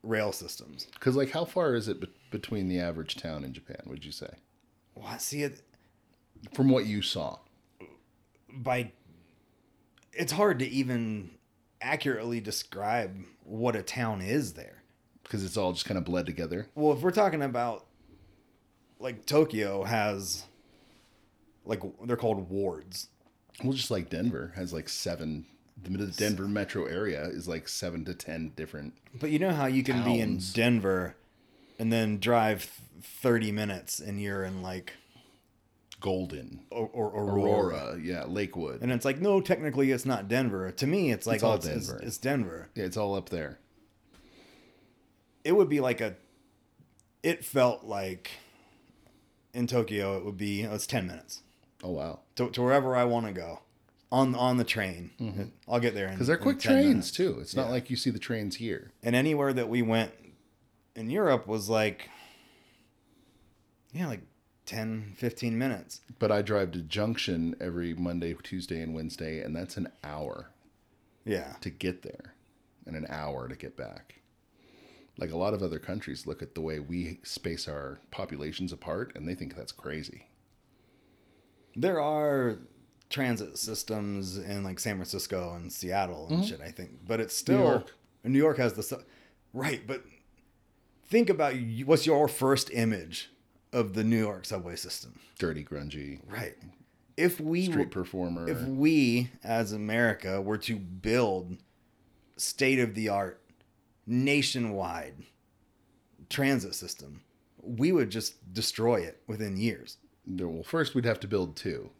Speaker 1: rail systems.
Speaker 2: Because like, how far is it be- between the average town in Japan? Would you say,
Speaker 1: Well, I see it
Speaker 2: from what you saw?
Speaker 1: by it's hard to even accurately describe what a town is there.
Speaker 2: Because it's all just kind of bled together.
Speaker 1: Well, if we're talking about like Tokyo has like they're called wards.
Speaker 2: Well, just like Denver has like seven. The mid- Denver metro area is like seven to ten different.
Speaker 1: But you know how you can be in
Speaker 2: Towns.
Speaker 1: Denver and then drive th- 30 minutes and you're in like
Speaker 2: Golden,
Speaker 1: or, or Aurora.
Speaker 2: Aurora, yeah, Lakewood.
Speaker 1: And it's like no, technically it's not Denver. To me, it's like
Speaker 2: It's
Speaker 1: oh,
Speaker 2: all
Speaker 1: it's, it's-
Speaker 2: Denver.
Speaker 1: it's Denver.
Speaker 2: yeah, it's all up there.
Speaker 1: it would be like a it felt like in Tokyo it would be oh, it's 10 minutes
Speaker 2: Oh wow.
Speaker 1: to, to wherever I want to go on on the train I'll get there
Speaker 2: Mm-hmm. Because they're quick trains too. It's not like you see the trains here.
Speaker 1: and anywhere that we went in Europe was like yeah like 10 15 minutes
Speaker 2: But I drive to Junction every Monday, Tuesday, and Wednesday, and that's an hour
Speaker 1: yeah
Speaker 2: to get there and an hour to get back. Like a lot of other countries look at the way we space our populations apart and they think that's crazy.
Speaker 1: there are transit systems in like San Francisco and Seattle and shit. I think, but it's still Mm-hmm. New York,
Speaker 2: York.
Speaker 1: New York has the su- right. But think about you, what's your first image of the New York subway system,
Speaker 2: Dirty, grungy,
Speaker 1: right? If we
Speaker 2: street performer.
Speaker 1: if we as America were to build state of the art nationwide transit system, we would just destroy it within years.
Speaker 2: No, well, first we'd have to build two.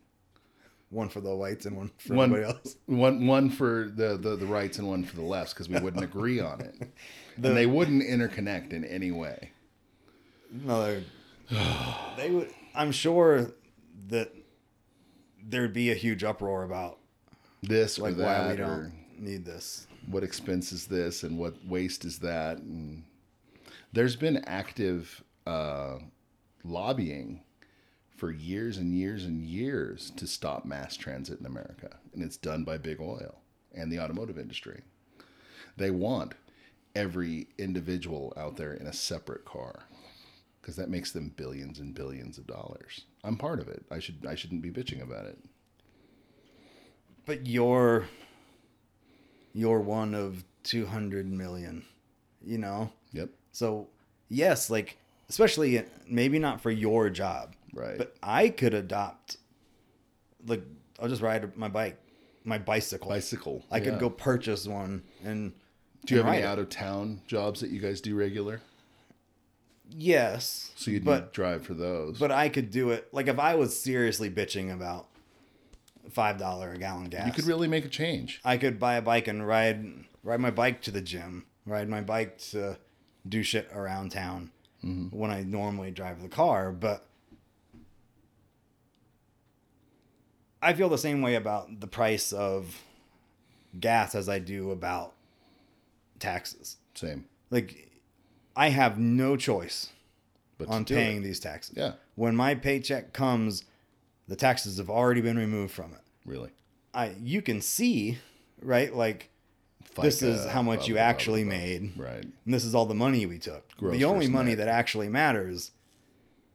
Speaker 1: One for the whites and one for
Speaker 2: One,
Speaker 1: everybody else.
Speaker 2: one, one for the, the, the rights and one for the lefts because we wouldn't agree on it. and they wouldn't interconnect in any way.
Speaker 1: No, they they would. I'm sure that there'd be a huge uproar about
Speaker 2: This
Speaker 1: like
Speaker 2: or that.
Speaker 1: why we
Speaker 2: or,
Speaker 1: don't need this.
Speaker 2: what expense is this and what waste is that and there's been active uh, lobbying for years and years and years to stop mass transit in america and it's done by big oil and the automotive industry They want every individual out there in a separate car because that makes them billions and billions of dollars. I'm part of it. I should I shouldn't be bitching about it.
Speaker 1: But you're you're one of 200 million, you know?
Speaker 2: Yep.
Speaker 1: So, yes, like especially maybe not for your job.
Speaker 2: Right.
Speaker 1: But I could adopt like I'll just ride my bike, my bicycle.
Speaker 2: Bicycle.
Speaker 1: I could
Speaker 2: yeah.
Speaker 1: go purchase one and
Speaker 2: Do you
Speaker 1: and
Speaker 2: have any
Speaker 1: ride it.
Speaker 2: out of town jobs that you guys do regular?
Speaker 1: Yes.
Speaker 2: So you'd
Speaker 1: but
Speaker 2: need drive for those.
Speaker 1: but I could do it. Like if I was seriously bitching about five dollar a gallon gas,
Speaker 2: you could really make a change.
Speaker 1: I could buy a bike and ride ride my bike to the gym, ride my bike to do shit around town
Speaker 2: Mm-hmm.
Speaker 1: when I normally drive the car. But I feel the same way about the price of gas as I do about taxes.
Speaker 2: Same.
Speaker 1: Like I have no choice
Speaker 2: But to
Speaker 1: on
Speaker 2: do it.
Speaker 1: paying these taxes.
Speaker 2: Yeah.
Speaker 1: When my paycheck comes, the taxes have already been removed from it.
Speaker 2: Really.
Speaker 1: I you can see, right? Like this
Speaker 2: FICA,
Speaker 1: is how much
Speaker 2: uh, blah,
Speaker 1: you
Speaker 2: blah, blah,
Speaker 1: actually
Speaker 2: blah, blah.
Speaker 1: made,
Speaker 2: Right.
Speaker 1: and this is all the money we took.
Speaker 2: Gross
Speaker 1: the only
Speaker 2: versus
Speaker 1: money
Speaker 2: net.
Speaker 1: that actually matters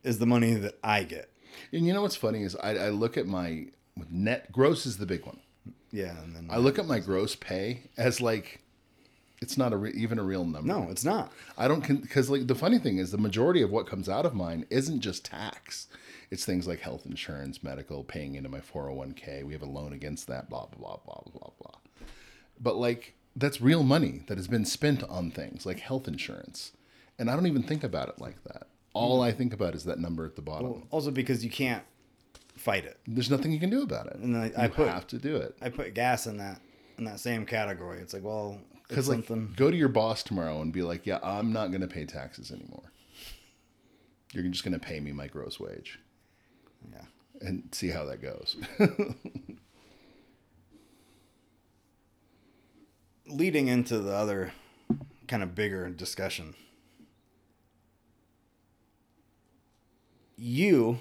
Speaker 1: is the money that I get.
Speaker 2: And you know what's funny is I, I look at my net gross is the big one.
Speaker 1: Yeah, and then
Speaker 2: I look at my gross pay as like it's not a re- even a real number.
Speaker 1: no, it's not.
Speaker 2: I don't because like the funny thing is the majority of what comes out of mine isn't just tax. It's things like health insurance, medical, paying into my 401k. We have a loan against that. Blah blah blah blah blah blah. But like that's real money that has been spent on things like health insurance, and I don't even think about it like that. All I think about is that number at the bottom.
Speaker 1: Also because you can't fight it.
Speaker 2: There's nothing you can do about it.
Speaker 1: And I-
Speaker 2: you
Speaker 1: I put-
Speaker 2: have to do it.
Speaker 1: I put gas in that in that same category. It's like, well, it's
Speaker 2: Because like,
Speaker 1: something.
Speaker 2: go to your boss tomorrow and be like, "Yeah, I'm not going to pay taxes anymore. You're just going to pay me my gross wage,
Speaker 1: Yeah.
Speaker 2: and see how that goes."
Speaker 1: leading into the other kind of bigger discussion, you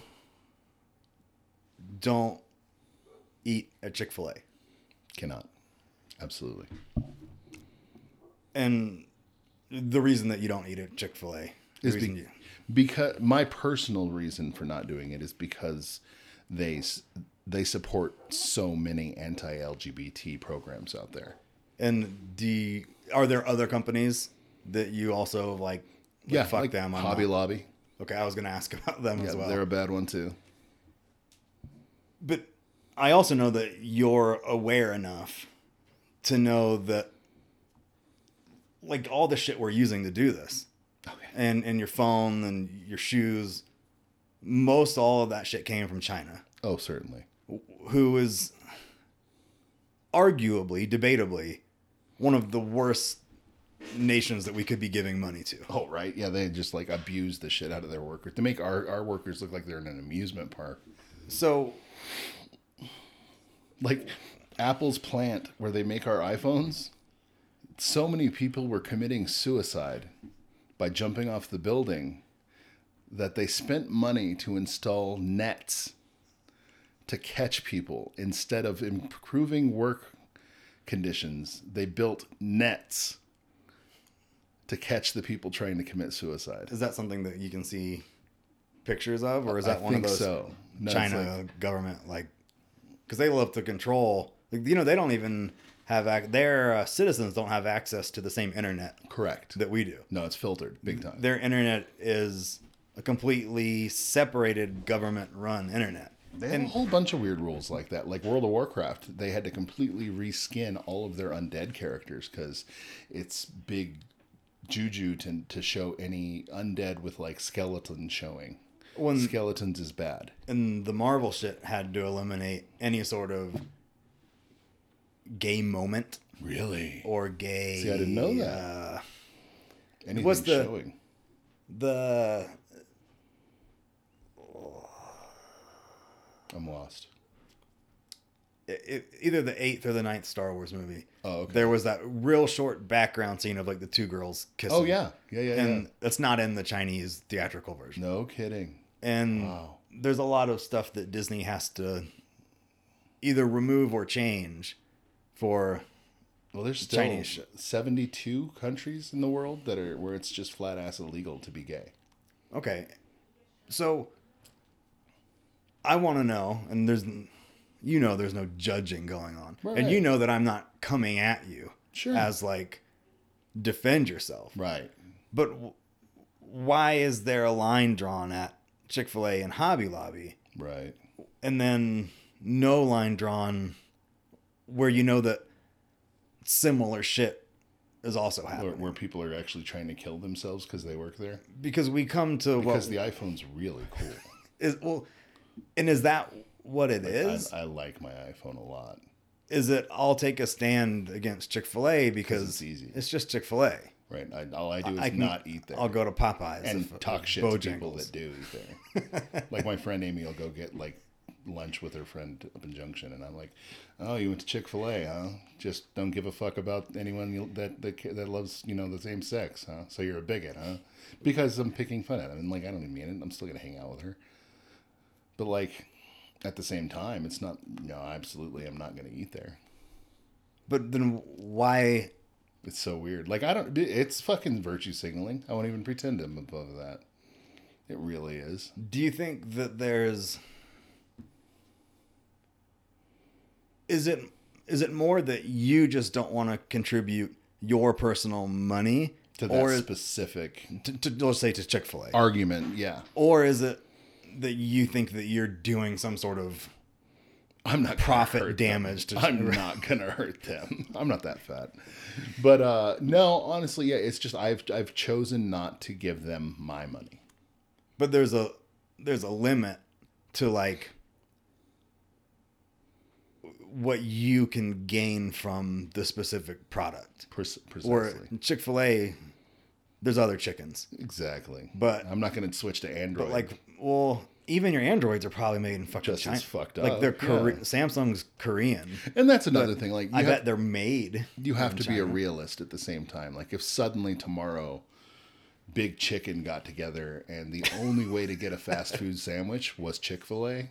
Speaker 1: don't eat at Chick fil A.
Speaker 2: Cannot. Absolutely.
Speaker 1: And the reason that you don't eat at Chick fil A
Speaker 2: Is
Speaker 1: is reason
Speaker 2: be-
Speaker 1: you,
Speaker 2: because my personal reason for not doing it is because they s- they support so many anti-LGBT programs out there.
Speaker 1: and the are there other companies that you also like? like, fuck
Speaker 2: like
Speaker 1: them. I'm
Speaker 2: Hobby
Speaker 1: not-
Speaker 2: Lobby.
Speaker 1: okay, I was gonna ask about them
Speaker 2: Yeah,
Speaker 1: as well.
Speaker 2: they're a bad one too.
Speaker 1: But I also know that you're aware enough to know that like all the shit we're using to do this. And and your phone and your shoes, most all of that shit came from China,
Speaker 2: Oh, certainly.
Speaker 1: who is arguably, debatably, one of the worst nations that we could be giving money to.
Speaker 2: Oh, right. Yeah, they just like abuse the shit out of their workers to make our, our workers look like they're in an amusement park.
Speaker 1: So
Speaker 2: Like Apple's plant where they make our iPhones, so many people were committing suicide by jumping off the building that they spent money to install nets to catch people instead of improving work conditions. They built nets to catch the people trying to commit suicide.
Speaker 1: is that something that you can see pictures of, or is that
Speaker 2: I
Speaker 1: one
Speaker 2: think
Speaker 1: of those
Speaker 2: so. No, it's
Speaker 1: China government like? Because they love to control. Like, you know, they don't even have ac- their uh, citizens don't have access to the same internet
Speaker 2: Correct.
Speaker 1: that we do.
Speaker 2: No, it's filtered big time.
Speaker 1: Their internet is a completely separated government-run internet.
Speaker 2: They have a whole bunch of weird rules like that. Like World of Warcraft, they had to completely reskin all of their undead characters because it's big juju to, to show any undead with like skeleton showing.
Speaker 1: When-
Speaker 2: Skeletons is bad.
Speaker 1: and the Marvel shit had to eliminate any sort of gay moment
Speaker 2: Really?
Speaker 1: or gay.
Speaker 2: See, I didn't know that.
Speaker 1: Uh,
Speaker 2: Anything
Speaker 1: what's the-
Speaker 2: showing.
Speaker 1: the
Speaker 2: I'm lost.
Speaker 1: it, it- either the eighth or the ninth Star Wars movie.
Speaker 2: Oh, okay.
Speaker 1: There was that real short background scene of like the two girls kissing.
Speaker 2: Oh, yeah. Yeah, yeah, yeah.
Speaker 1: and that's not in the Chinese theatrical version.
Speaker 2: no kidding.
Speaker 1: And
Speaker 2: Wow.
Speaker 1: there's a lot of stuff that Disney has to either remove or change for
Speaker 2: Well, there's still
Speaker 1: Chinese shit.
Speaker 2: 72 countries in the world that are where it's just flat ass illegal to be gay.
Speaker 1: Okay. So I want to know, and there's, you know, there's no judging going on.
Speaker 2: Right,
Speaker 1: And
Speaker 2: right.
Speaker 1: you know that I'm not coming at you
Speaker 2: Sure.
Speaker 1: as like, defend yourself.
Speaker 2: Right.
Speaker 1: But w- why is there a line drawn at Chick fil A and Hobby Lobby
Speaker 2: Right.
Speaker 1: and then no line drawn where you know that similar shit is also
Speaker 2: Where,
Speaker 1: happening?
Speaker 2: where people are actually trying to kill themselves because they work there.
Speaker 1: Because we come to
Speaker 2: Because
Speaker 1: what
Speaker 2: the iPhone's really cool.
Speaker 1: is, well, and is that what it is?
Speaker 2: I, I like my iPhone a lot.
Speaker 1: is it I'll take a stand against Chick Fil A because
Speaker 2: it's easy.
Speaker 1: It's just Chick Fil A.
Speaker 2: Right. I, all I do is
Speaker 1: I can-
Speaker 2: not eat there.
Speaker 1: I'll go to Popeyes
Speaker 2: and
Speaker 1: if-
Speaker 2: talk shit to people
Speaker 1: Bojangles.
Speaker 2: that do eat there. like my friend Amy will go get like lunch with her friend up in Junction, and I'm like, "Oh, you went to Chick Fil A, huh? Just don't give a fuck about anyone you, that, that ca- that loves you know the same sex, huh? So you're a bigot, huh? Because I'm picking fun at him, and like I don't even mean it. I'm still gonna hang out with her, but like at the same time, it's not. No, absolutely, I'm not gonna eat there.
Speaker 1: But then why?
Speaker 2: It's so weird. Like I don't. It's fucking virtue signaling. I won't even pretend I'm above that. It really is.
Speaker 1: Do you think that there's is it is it more that you just don't want to contribute your personal money
Speaker 2: to that
Speaker 1: or
Speaker 2: specific
Speaker 1: to, to, let's say to Chick Fil A,
Speaker 2: argument. Yeah,
Speaker 1: or is it that you think that you're doing some sort of
Speaker 2: I'm not gonna
Speaker 1: Profit
Speaker 2: hurt
Speaker 1: damage
Speaker 2: Them.
Speaker 1: to-
Speaker 2: I'm not gonna hurt them. I'm not that fat, but uh, no, honestly, yeah, it's just I've I've chosen not to give them my money.
Speaker 1: but there's a there's a limit to like what you can gain from the specific product.
Speaker 2: Pres-
Speaker 1: Or
Speaker 2: precisely,
Speaker 1: Chick Fil A, there's other chickens,
Speaker 2: exactly.
Speaker 1: but
Speaker 2: I'm not gonna switch to Android.
Speaker 1: but like well, even your androids are probably made in fucking
Speaker 2: Just
Speaker 1: China.
Speaker 2: as fucked
Speaker 1: like
Speaker 2: up,
Speaker 1: they're
Speaker 2: yeah.
Speaker 1: Kore- Samsung's Korean.
Speaker 2: and that's another thing. Like you
Speaker 1: I
Speaker 2: have,
Speaker 1: bet they're made.
Speaker 2: you have
Speaker 1: in
Speaker 2: to be a
Speaker 1: China.
Speaker 2: realist at the same time. Like if suddenly tomorrow Big Chicken got together and the only way to get a fast food sandwich was Chick-fil-A,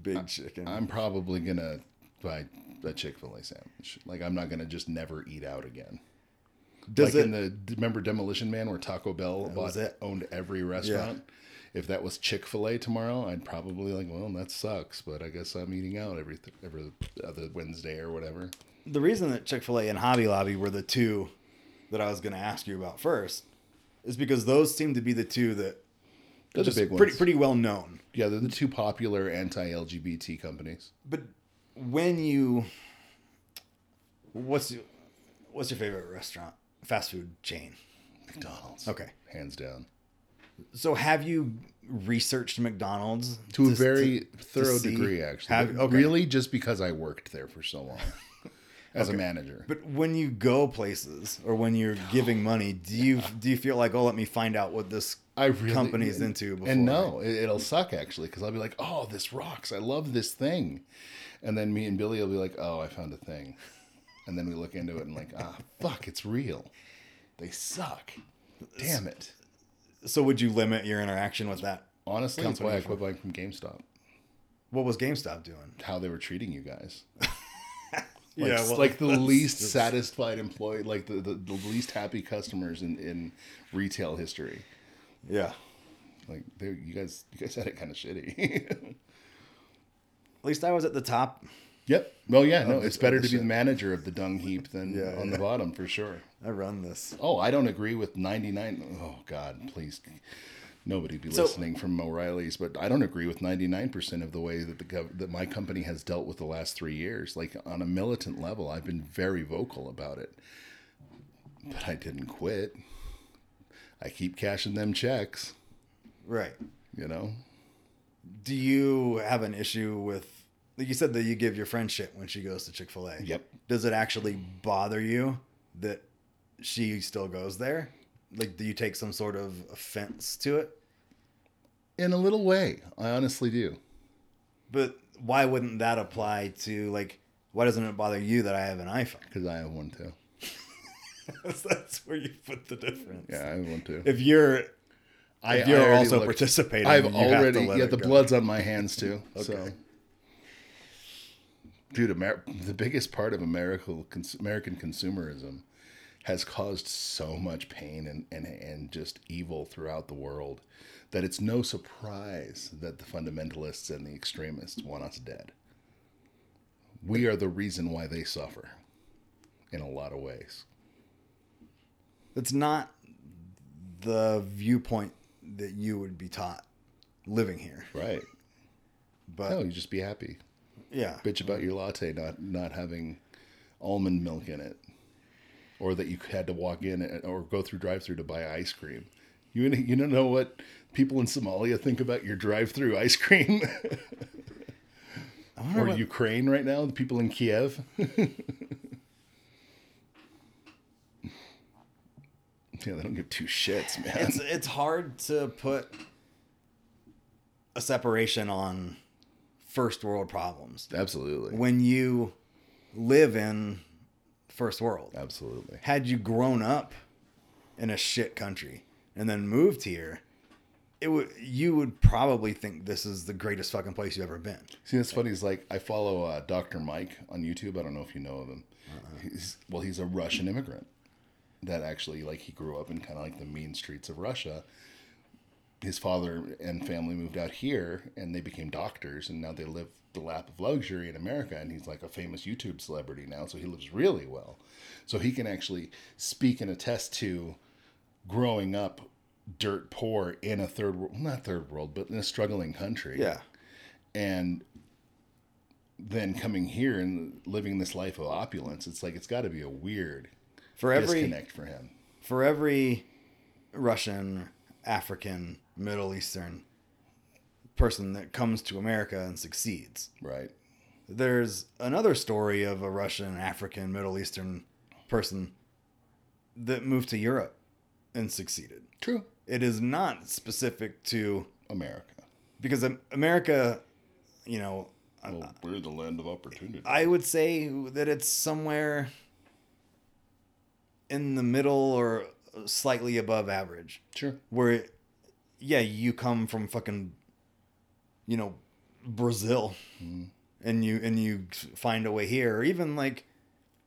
Speaker 1: big chicken.
Speaker 2: I'm probably gonna buy a Chick Fil A sandwich. Like I'm not gonna just never eat out again.
Speaker 1: Does
Speaker 2: like
Speaker 1: it?
Speaker 2: in the remember Demolition Man where Taco Bell bought,
Speaker 1: was it.
Speaker 2: owned every restaurant. If that was Chick Fil A tomorrow, I'd probably like, well, that sucks, but I guess I'm eating out every th- every other Wednesday or whatever.
Speaker 1: the reason that Chick fil A and Hobby Lobby were the two that I was going to ask you about first is because those seem to be the two that
Speaker 2: They're the
Speaker 1: just
Speaker 2: big ones.
Speaker 1: pretty, pretty well known.
Speaker 2: yeah, they're the two popular anti-LGBT companies.
Speaker 1: But when you. What's, your- what's your favorite restaurant? Fast food chain.
Speaker 2: McDonald's,
Speaker 1: Okay.
Speaker 2: hands down,
Speaker 1: So have you researched McDonald's
Speaker 2: to a
Speaker 1: s-
Speaker 2: very thorough
Speaker 1: see-
Speaker 2: degree, actually.
Speaker 1: have- okay.
Speaker 2: Really, just because I worked there for so long as a manager.
Speaker 1: But when you go places or when you're giving money, do you do you feel like, oh, let me find out what this
Speaker 2: I really
Speaker 1: company's
Speaker 2: and-
Speaker 1: into before?
Speaker 2: And no, it, it'll suck actually because I'll be like, "Oh, this rocks! I love this thing," and then me and Billy will be like, "Oh, I found a thing," and then we look into it and like, "Ah, fuck, it's real. They suck. Damn it."
Speaker 1: So would you limit your interaction with that?
Speaker 2: Honestly, that's why I
Speaker 1: Company
Speaker 2: quit buying from GameStop.
Speaker 1: What was GameStop doing?
Speaker 2: How they were treating you guys. Like,
Speaker 1: Yeah, well,
Speaker 2: like the
Speaker 1: that's-
Speaker 2: least
Speaker 1: that's-
Speaker 2: satisfied employee, like the, the, the least happy customers in, in retail history.
Speaker 1: Yeah.
Speaker 2: Like they, you guys, you guys had it kind of shitty.
Speaker 1: At least I was at the top.
Speaker 2: Yep. Well, yeah, no,
Speaker 1: the-
Speaker 2: it's better
Speaker 1: of
Speaker 2: to
Speaker 1: the
Speaker 2: be the
Speaker 1: ship.
Speaker 2: manager of the dung heap than
Speaker 1: Yeah,
Speaker 2: on the
Speaker 1: yeah.
Speaker 2: bottom for sure.
Speaker 1: I run this.
Speaker 2: Oh, I don't agree with 99. Oh, God, please. Nobody be
Speaker 1: So-
Speaker 2: listening from O'Reilly's, but I don't agree with 99% of the way that the gov- that my company has dealt with the last three years. Like on a militant level, I've been very vocal about it, but I didn't quit. I keep cashing them checks,
Speaker 1: Right.
Speaker 2: you know?
Speaker 1: Do you have an issue with? like You said that you give your friend shit when she goes to Chick Fil A.
Speaker 2: Yep.
Speaker 1: Does it actually bother you that she still goes there? Like, do you take some sort of offense to it?
Speaker 2: In a little way, I honestly do.
Speaker 1: But why wouldn't that apply to like? Why doesn't it bother you that I have an iPhone?
Speaker 2: Because I have one too.
Speaker 1: That's where you put the difference.
Speaker 2: Yeah, I have one too.
Speaker 1: If you're
Speaker 2: I,
Speaker 1: If you're
Speaker 2: already
Speaker 1: also
Speaker 2: looked-
Speaker 1: participating,
Speaker 2: I've
Speaker 1: you have to
Speaker 2: already
Speaker 1: let
Speaker 2: yeah.
Speaker 1: it
Speaker 2: The
Speaker 1: go.
Speaker 2: blood's on my hands too. So dude, Amer- the biggest part of American cons- American consumerism has caused so much pain and, and and just evil throughout the world that it's no surprise that the fundamentalists and the extremists want us dead. We are the reason why they suffer in a lot of ways.
Speaker 1: That's not the viewpoint that you would be taught living here.
Speaker 2: Right.
Speaker 1: But
Speaker 2: No, you just be happy.
Speaker 1: yeah,
Speaker 2: Bitch about your latte not not having almond milk in it, or that you had to walk in and, or go through drive through to buy ice cream. You you don't know what people in Somalia think about your drive through ice cream. or Ukraine right now, the people in Kiev. yeah, they don't give two shits, man.
Speaker 1: it's it's hard to put a separation on first world problems
Speaker 2: Absolutely.
Speaker 1: when you live in first world.
Speaker 2: Absolutely.
Speaker 1: Had you grown up in a shit country and then moved here, it would you would probably think this is the greatest fucking place you've ever been.
Speaker 2: See, that's funny. Is like I follow uh, Dr. Mike on YouTube. I don't know if you know of him. He's, well, he's a Russian immigrant that actually like he grew up in kind of like the mean streets of Russia. His father and family moved out here, and they became doctors, and now they live the lap of luxury in America. And he's like a famous YouTube celebrity now, so he lives really well. So he can actually speak and attest to growing up dirt poor in a third world, not third world, but in a struggling country and then coming here and living this life of opulence it's like it's got to be a weird
Speaker 1: For every
Speaker 2: disconnect for him
Speaker 1: for every Russian, African, Middle Eastern person that comes to America and succeeds,
Speaker 2: right
Speaker 1: there's another story of a Russian, African, Middle Eastern person that moved to Europe and succeeded.
Speaker 2: true
Speaker 1: It is not specific to
Speaker 2: america
Speaker 1: because Am- America, you know,
Speaker 2: well, we're the land of opportunity
Speaker 1: I would say that it's somewhere in the middle or slightly above average.
Speaker 2: sure
Speaker 1: where yeah you come from fucking you know brazil
Speaker 2: Mm-hmm.
Speaker 1: and you and you find a way here or even like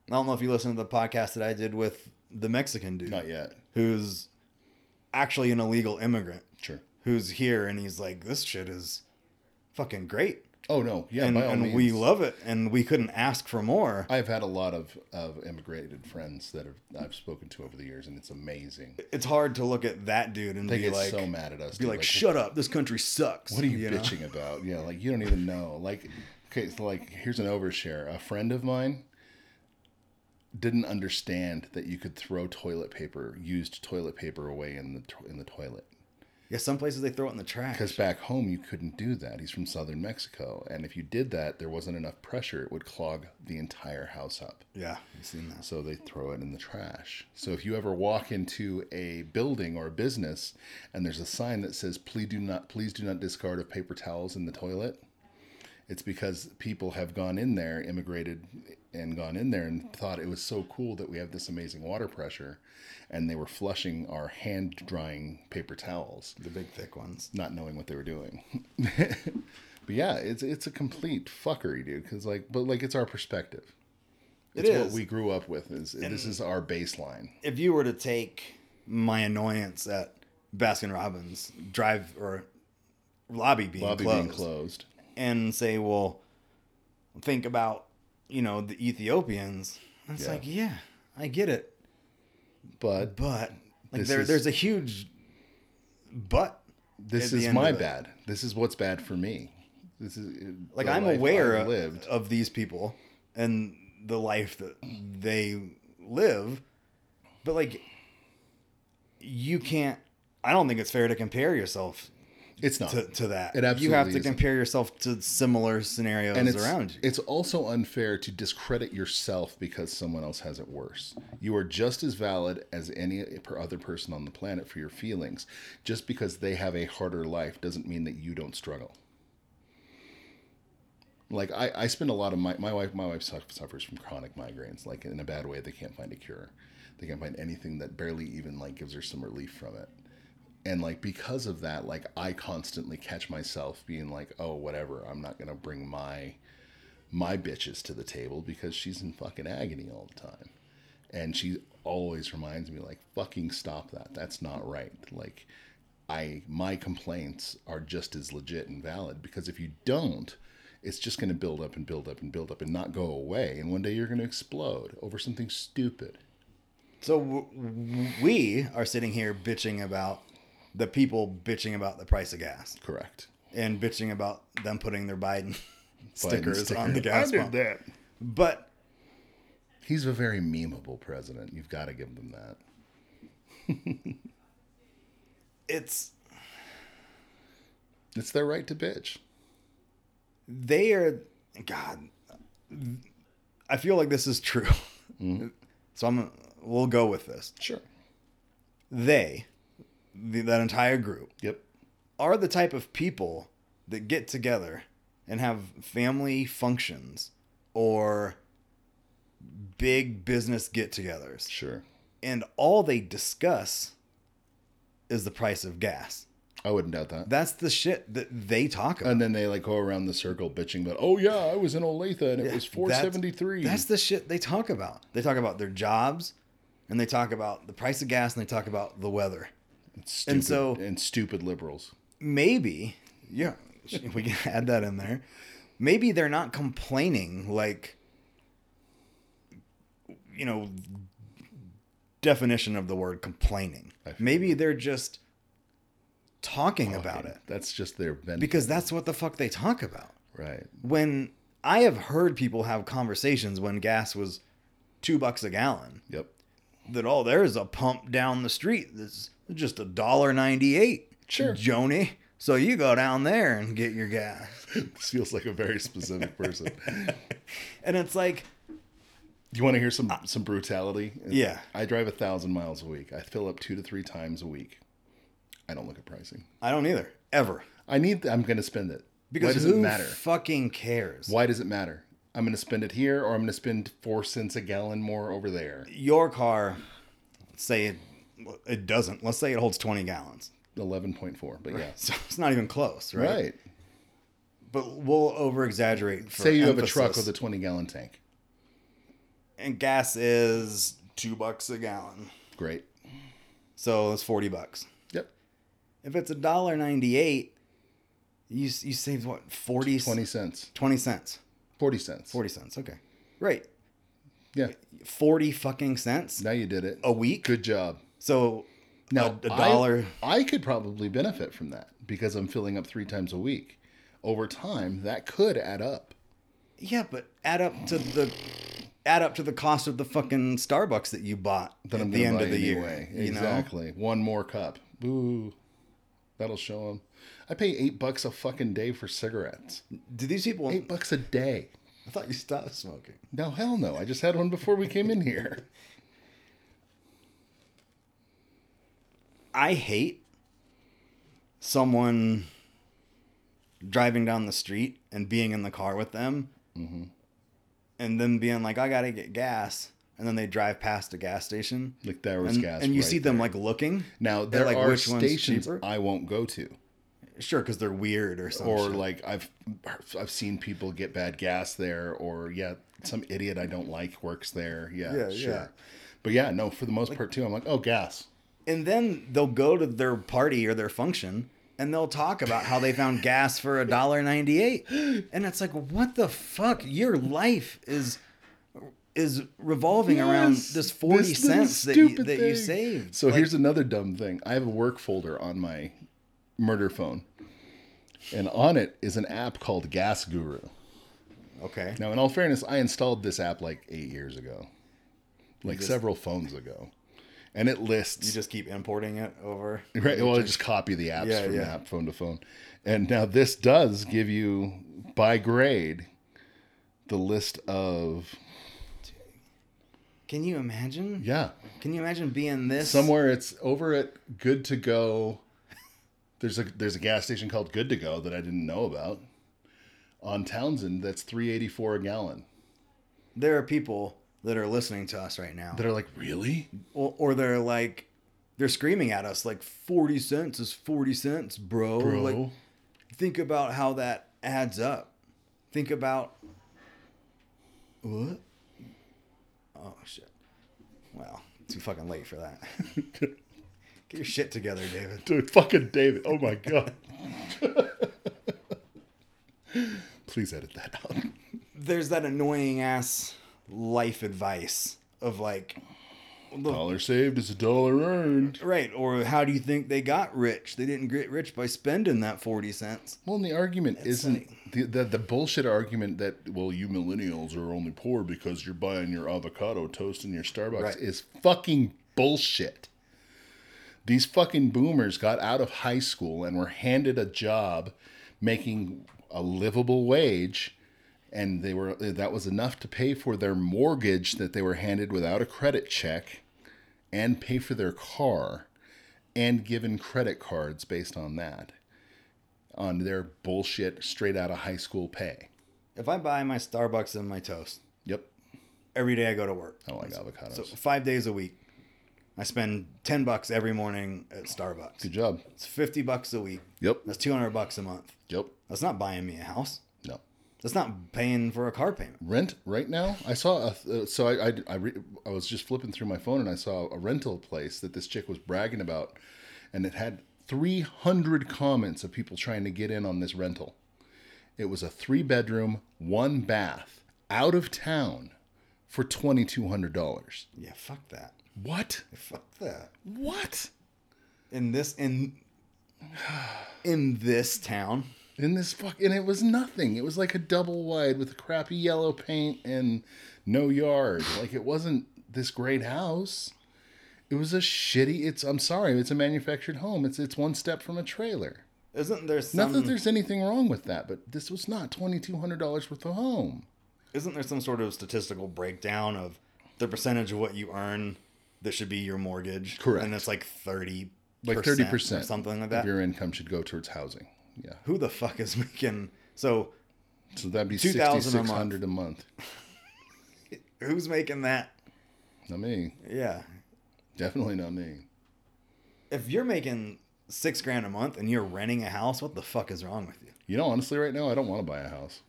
Speaker 1: i don't know if you listened to the podcast that i did with the mexican dude
Speaker 2: not yet
Speaker 1: who's actually an illegal immigrant
Speaker 2: sure
Speaker 1: who's here and he's like this shit is fucking great
Speaker 2: oh no yeah
Speaker 1: and,
Speaker 2: by all
Speaker 1: and
Speaker 2: means.
Speaker 1: we love it and we couldn't ask for more
Speaker 2: i've had a lot of of immigrated friends that have i've spoken to over the years and it's amazing
Speaker 1: it's hard to look at that dude and
Speaker 2: they
Speaker 1: be
Speaker 2: get
Speaker 1: like
Speaker 2: so mad at us
Speaker 1: be
Speaker 2: dude,
Speaker 1: like shut up this country sucks
Speaker 2: What are you,
Speaker 1: know?
Speaker 2: bitching about? Yeah, like you don't even know. Like, okay, so like here's an overshare. A friend of mine didn't understand that you could throw toilet paper, used toilet paper, away in the to- in the toilet.
Speaker 1: yeah some places they throw it in the trash
Speaker 2: Because back home you couldn't do that. He's from southern Mexico, and if you did that, there wasn't enough pressure; it would clog the entire house up.
Speaker 1: Yeah, I've seen that.
Speaker 2: So they throw it in the trash. So if you ever walk into a building or a business and there's a sign that says please do not please do not discard of paper towels in the toilet, it's because people have gone in there, immigrated and gone in there and thought it was so cool that we have this amazing water pressure and they were flushing our hand drying paper towels
Speaker 1: The big thick ones.
Speaker 2: not knowing what they were doing. but yeah, it's it's a complete fuckery, dude. Because like, but like, it's our perspective.
Speaker 1: It
Speaker 2: It's what
Speaker 1: is.
Speaker 2: we grew up with. Is this is our baseline?
Speaker 1: If you were to take my annoyance at Baskin Robbins drive or lobby being
Speaker 2: Lobby
Speaker 1: closed
Speaker 2: being closed.
Speaker 1: and say, well, think about, you know, the Ethiopians. It's
Speaker 2: Yeah.
Speaker 1: like, yeah, I get it.
Speaker 2: But
Speaker 1: But like
Speaker 2: This
Speaker 1: there,
Speaker 2: is-
Speaker 1: there's a huge but. at
Speaker 2: this
Speaker 1: the
Speaker 2: is
Speaker 1: end
Speaker 2: my
Speaker 1: of it.
Speaker 2: bad. This is what's bad for me. This is
Speaker 1: Like
Speaker 2: the
Speaker 1: I'm
Speaker 2: life
Speaker 1: aware
Speaker 2: I've
Speaker 1: of,
Speaker 2: lived.
Speaker 1: of these people and the life that they live, but like you can't. I don't think it's fair to compare yourself
Speaker 2: It's not.
Speaker 1: to, to that.
Speaker 2: It
Speaker 1: you have
Speaker 2: absolutely
Speaker 1: to
Speaker 2: isn't.
Speaker 1: compare yourself to similar scenarios
Speaker 2: and it's,
Speaker 1: around you.
Speaker 2: It's also unfair to discredit yourself because someone else has it worse. You are just as valid as any per- other person on the planet for your feelings. Just because they have a harder life doesn't mean that you don't struggle. Like I, I spend a lot of my my wife my wife suff- suffers from chronic migraines. Like in a bad way, they can't find a cure. They can't find anything that barely even like gives her some relief from it and like because of that like i constantly catch myself being like oh whatever i'm not going to bring my my bitches to the table because she's in fucking agony all the time. And she always reminds me, like, fucking stop that. That's not right. Like, I my complaints are just as legit and valid because if you don't, it's just going to build up and build up and build up and not go away. And one day you're going to explode over something stupid.
Speaker 1: So w- w- we are sitting here bitching about the people bitching about the price of gas
Speaker 2: Correct.
Speaker 1: and bitching about them putting their Biden stickers on the gas
Speaker 2: I did
Speaker 1: pump.
Speaker 2: that.
Speaker 1: But
Speaker 2: He's a very memeable president. You've got to give them that.
Speaker 1: it's
Speaker 2: It's their right to bitch.
Speaker 1: they are god i feel like this is true so i'm we'll go with this
Speaker 2: Sure.
Speaker 1: they the, that entire group
Speaker 2: Yep.
Speaker 1: are the type of people that get together and have family functions or big business get-togethers
Speaker 2: Sure.
Speaker 1: and all they discuss is the price of gas
Speaker 2: I wouldn't doubt that.
Speaker 1: that's the shit that they talk about
Speaker 2: and then they like go around the circle bitching about, oh yeah, I was in Olathe and it was four
Speaker 1: That's-
Speaker 2: seventy three.
Speaker 1: That's, the shit they talk about. They talk about their jobs, and they talk about the price of gas, and they talk about the weather. and so-
Speaker 2: and stupid liberals.
Speaker 1: Maybe, yeah, if we can add that in there. Maybe they're not complaining like, you know, definition of the word complaining.
Speaker 2: I feel
Speaker 1: Maybe they're just talking about
Speaker 2: Fucking-
Speaker 1: it
Speaker 2: That's just their benefit.
Speaker 1: because that's what the fuck they talk about.
Speaker 2: right.
Speaker 1: When I have heard people have conversations when gas was two bucks a gallon.
Speaker 2: Yep.
Speaker 1: that oh there's a pump down the street that's just a dollar ninety eight.
Speaker 2: Sure.
Speaker 1: Joni. So you go down there and get your gas.
Speaker 2: This feels like a very specific person.
Speaker 1: And it's like
Speaker 2: Do you want to hear some some brutality?
Speaker 1: Yeah.
Speaker 2: I drive a thousand miles a week. I fill up two to three times a week. I don't look at pricing.
Speaker 1: I don't either. Ever.
Speaker 2: I need. I'm going to spend it. Why
Speaker 1: Because
Speaker 2: does
Speaker 1: who
Speaker 2: it matter?
Speaker 1: fucking cares?
Speaker 2: Why does it matter? I'm going to spend it here, or I'm going to spend four cents a gallon more over there.
Speaker 1: Your car let's say it it doesn't. Let's say it holds twenty gallons.
Speaker 2: Eleven point four. But yeah.
Speaker 1: So it's not even close, right?
Speaker 2: Right.
Speaker 1: But we'll over exaggerate.
Speaker 2: Say you have a truck with a 20 gallon tank.
Speaker 1: and gas is two bucks a gallon.
Speaker 2: Great.
Speaker 1: So it's forty bucks.
Speaker 2: Yep.
Speaker 1: If it's a dollar ninety eight, you you saved what forty
Speaker 2: 20 cents.
Speaker 1: 20 cents.
Speaker 2: 40 cents.
Speaker 1: 40 cents. Okay. Right.
Speaker 2: Yeah.
Speaker 1: 40 fucking cents
Speaker 2: Now you did it.
Speaker 1: a week.
Speaker 2: good job.
Speaker 1: So
Speaker 2: Now,
Speaker 1: Oh. a, a
Speaker 2: I-
Speaker 1: dollar.
Speaker 2: I, could probably benefit from that because I'm filling up three times a week. Over time, that could add up.
Speaker 1: yeah, but add up to the add up to the cost of the fucking Starbucks that you bought
Speaker 2: Then
Speaker 1: at
Speaker 2: I'm
Speaker 1: the
Speaker 2: gonna
Speaker 1: end
Speaker 2: buy
Speaker 1: of the
Speaker 2: anyway.
Speaker 1: year.
Speaker 2: Exactly. One more cup. Boo. That'll show them. I pay eight bucks a fucking day for cigarettes.
Speaker 1: You know? Do these people
Speaker 2: Eight bucks a day.
Speaker 1: I thought you stopped smoking.
Speaker 2: No, hell no. I just had one before we came in here.
Speaker 1: I hate someone driving down the street and being in the car with them
Speaker 2: Mm-hmm.
Speaker 1: and then being like, I gotta get gas. And then they drive past a gas station.
Speaker 2: Like there was
Speaker 1: and,
Speaker 2: gas.
Speaker 1: and you
Speaker 2: right
Speaker 1: see them like looking.
Speaker 2: Now
Speaker 1: They're
Speaker 2: there
Speaker 1: like,
Speaker 2: are
Speaker 1: "Which one's
Speaker 2: stations
Speaker 1: cheaper?" Oh,
Speaker 2: I won't go to,
Speaker 1: Sure, because they're weird or something.
Speaker 2: or like I've I've seen people get bad gas there, or yeah, some idiot I don't like works there. Yeah,
Speaker 1: Yeah,
Speaker 2: sure.
Speaker 1: yeah.
Speaker 2: But yeah, no, for the most part too, I'm like, oh, gas.
Speaker 1: and then they'll go to their party or their function and they'll talk about how they found gas for a dollar ninety eight. And it's like, what the fuck? Your life is is revolving around
Speaker 2: Yes,
Speaker 1: this forty
Speaker 2: this little
Speaker 1: cents that you,
Speaker 2: stupid
Speaker 1: that you
Speaker 2: thing.
Speaker 1: saved.
Speaker 2: So here's another dumb thing. I have a work folder on my murder phone, and on it is an app called Gas Guru.
Speaker 1: Okay.
Speaker 2: Now, in all fairness, I installed this app like eight years ago, like several phones ago, and it lists
Speaker 1: You just keep importing it over.
Speaker 2: Right. Well, I just copy the apps
Speaker 1: Yeah,
Speaker 2: from
Speaker 1: yeah.
Speaker 2: app phone to phone. And now this does give you by grade the list of
Speaker 1: Can you imagine?
Speaker 2: yeah.
Speaker 1: Can you imagine being this
Speaker 2: Somewhere it's over at Good to Go. There's a there's a gas station called Good to Go that I didn't know about. On Townsend, that's three eighty four a gallon.
Speaker 1: there are people that are listening to us right now.
Speaker 2: That are like, really?
Speaker 1: or, or they're like they're screaming at us like 40 cents is 40 cents bro.
Speaker 2: Bro.
Speaker 1: like think about how that adds up think about What? Oh shit. Well, too fucking late for that. Get your shit together, David.
Speaker 2: Dude, fucking David. Oh my god. Please edit that out.
Speaker 1: There's that annoying ass life advice of like
Speaker 2: Dollar saved is a dollar earned.
Speaker 1: Right. Or how do you think they got rich? They didn't get rich by spending that 40 cents.
Speaker 2: Well, and the argument isn't the, the the bullshit argument that well, you millennials are only poor because you're buying your avocado toast and your Starbucks
Speaker 1: Right.
Speaker 2: is fucking bullshit. These fucking boomers got out of high school and were handed a job making a livable wage and they were that was enough to pay for their mortgage that they were handed without a credit check and pay for their car and given credit cards based on that on their bullshit straight out of high school pay.
Speaker 1: If I buy my Starbucks and my toast
Speaker 2: Yep.
Speaker 1: every day I go to work,
Speaker 2: I don't like avocados.
Speaker 1: so five days a week, I spend 10 bucks every morning at Starbucks.
Speaker 2: Good job.
Speaker 1: It's 50 bucks a week.
Speaker 2: Yep.
Speaker 1: That's 200 bucks a month.
Speaker 2: Yep.
Speaker 1: That's not buying me a house.
Speaker 2: No.
Speaker 1: That's not paying for a car payment.
Speaker 2: Rent right now. I saw a uh, so I I I, re, I was just flipping through my phone and I saw a rental place that this chick was bragging about, and it had 300 comments of people trying to get in on this rental. It was a three bedroom, one bath, out of town, for twenty two hundred dollars.
Speaker 1: Yeah, fuck that.
Speaker 2: What?
Speaker 1: Fuck that.
Speaker 2: What?
Speaker 1: In this in in this town,
Speaker 2: In this fuck, and it was nothing. It was like a double wide with crappy yellow paint and no yard. Like it wasn't this great house. It was a shitty. It's I'm sorry. It's a manufactured home. It's it's one step from a trailer.
Speaker 1: isn't there
Speaker 2: Not
Speaker 1: some
Speaker 2: that there's anything wrong with that, but this was not twenty two hundred dollars worth of home.
Speaker 1: isn't there some sort of statistical breakdown of the percentage of what you earn that should be your mortgage?
Speaker 2: Correct.
Speaker 1: And it's like thirty,
Speaker 2: Like thirty percent,
Speaker 1: something like
Speaker 2: Of
Speaker 1: that.
Speaker 2: your income should go towards housing. Yeah,
Speaker 1: Who the fuck is making? So
Speaker 2: so that'd be sixty
Speaker 1: 2,000 a month.
Speaker 2: six hundred a month.
Speaker 1: who's making that?
Speaker 2: Not me.
Speaker 1: Yeah,
Speaker 2: Definitely not me.
Speaker 1: if you're making six grand a month and you're renting a house, what the fuck is wrong with you?
Speaker 2: You know, honestly, right now I don't want to buy a house.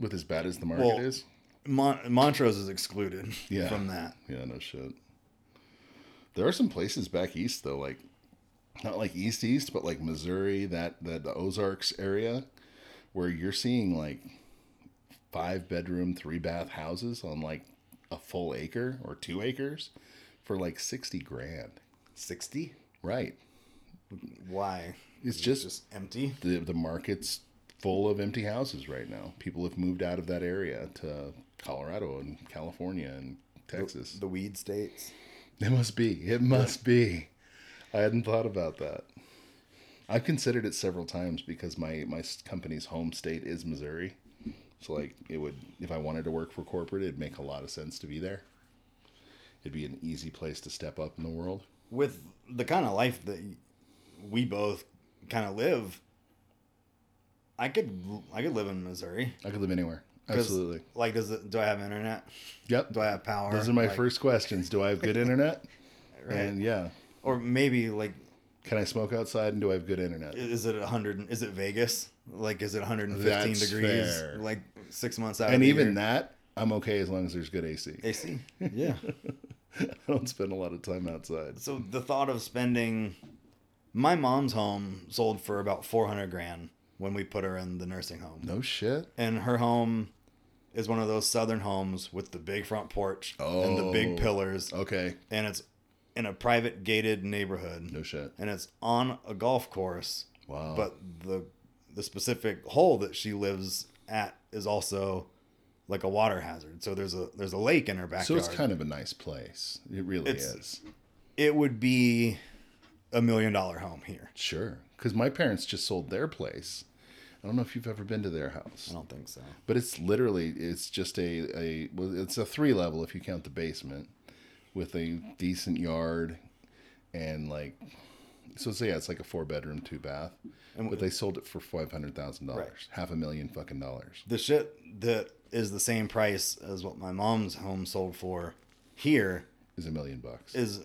Speaker 2: With as bad as the market
Speaker 1: Well,
Speaker 2: is.
Speaker 1: Mon- Montrose is excluded
Speaker 2: Yeah.
Speaker 1: from that.
Speaker 2: Yeah, no shit. There are some places back east though, like not like east east, but like Missouri, that that the Ozarks area, where you're seeing like five bedroom, three bath houses on like a full acre or two acres for like sixty grand.
Speaker 1: Sixty?
Speaker 2: Right.
Speaker 1: Why? Is
Speaker 2: It's
Speaker 1: it
Speaker 2: just-
Speaker 1: just empty.
Speaker 2: The the market's full of empty houses right now. People have moved out of that area to Colorado and California and Texas.
Speaker 1: The weed states.
Speaker 2: It must be. It must be. I hadn't thought about that. I've considered it several times because my my s- company's home state is Missouri. So like it would if I wanted to work for corporate, it'd make a lot of sense to be there. It'd be an easy place to step up in the world.
Speaker 1: with the kind of life that we both kind of live, I could I could live in Missouri.
Speaker 2: I could live anywhere.
Speaker 1: 'Cause,
Speaker 2: Absolutely.
Speaker 1: Like, does it, do I have internet?
Speaker 2: Yep.
Speaker 1: Do I have power?
Speaker 2: Those are my
Speaker 1: Like,
Speaker 2: first questions. Do I have good internet?
Speaker 1: Right.
Speaker 2: And yeah,
Speaker 1: Or maybe like,
Speaker 2: can I smoke outside and do I have good internet?
Speaker 1: i- is it hundred? Is it Vegas? Like, is it 115
Speaker 2: That's
Speaker 1: degrees?
Speaker 2: fair.
Speaker 1: Like six months out. of
Speaker 2: and
Speaker 1: the
Speaker 2: even
Speaker 1: year?
Speaker 2: that, I'm okay as long as there's good AC.
Speaker 1: AC. Yeah.
Speaker 2: I don't spend a lot of time outside.
Speaker 1: so the thought of spending, my mom's home sold for about 400 grand when we put her in the nursing home.
Speaker 2: No shit.
Speaker 1: and her home is one of those southern homes with the big front porch and the big
Speaker 2: Oh.
Speaker 1: pillars
Speaker 2: Okay.
Speaker 1: and it's in a private gated neighborhood
Speaker 2: No shit.
Speaker 1: and it's on a golf course
Speaker 2: Wow.
Speaker 1: but the the specific hole that she lives at is also like a water hazard so there's a there's a lake in her backyard
Speaker 2: so it's kind of a nice place. It really
Speaker 1: It's-
Speaker 2: is.
Speaker 1: it would be a million dollar home here
Speaker 2: Sure. Because my parents just sold their place. I don't know if you've ever been to their house,
Speaker 1: i don't think so
Speaker 2: but it's literally it's just a a well, it's a three level if you count the basement, with a decent yard, and like, so it's, yeah, it's like a four bedroom, two bath.
Speaker 1: And
Speaker 2: but they sold it for five hundred thousand dollars, half a million fucking dollars.
Speaker 1: the shit that is the same price as what my mom's home sold for here
Speaker 2: Is a million bucks.
Speaker 1: is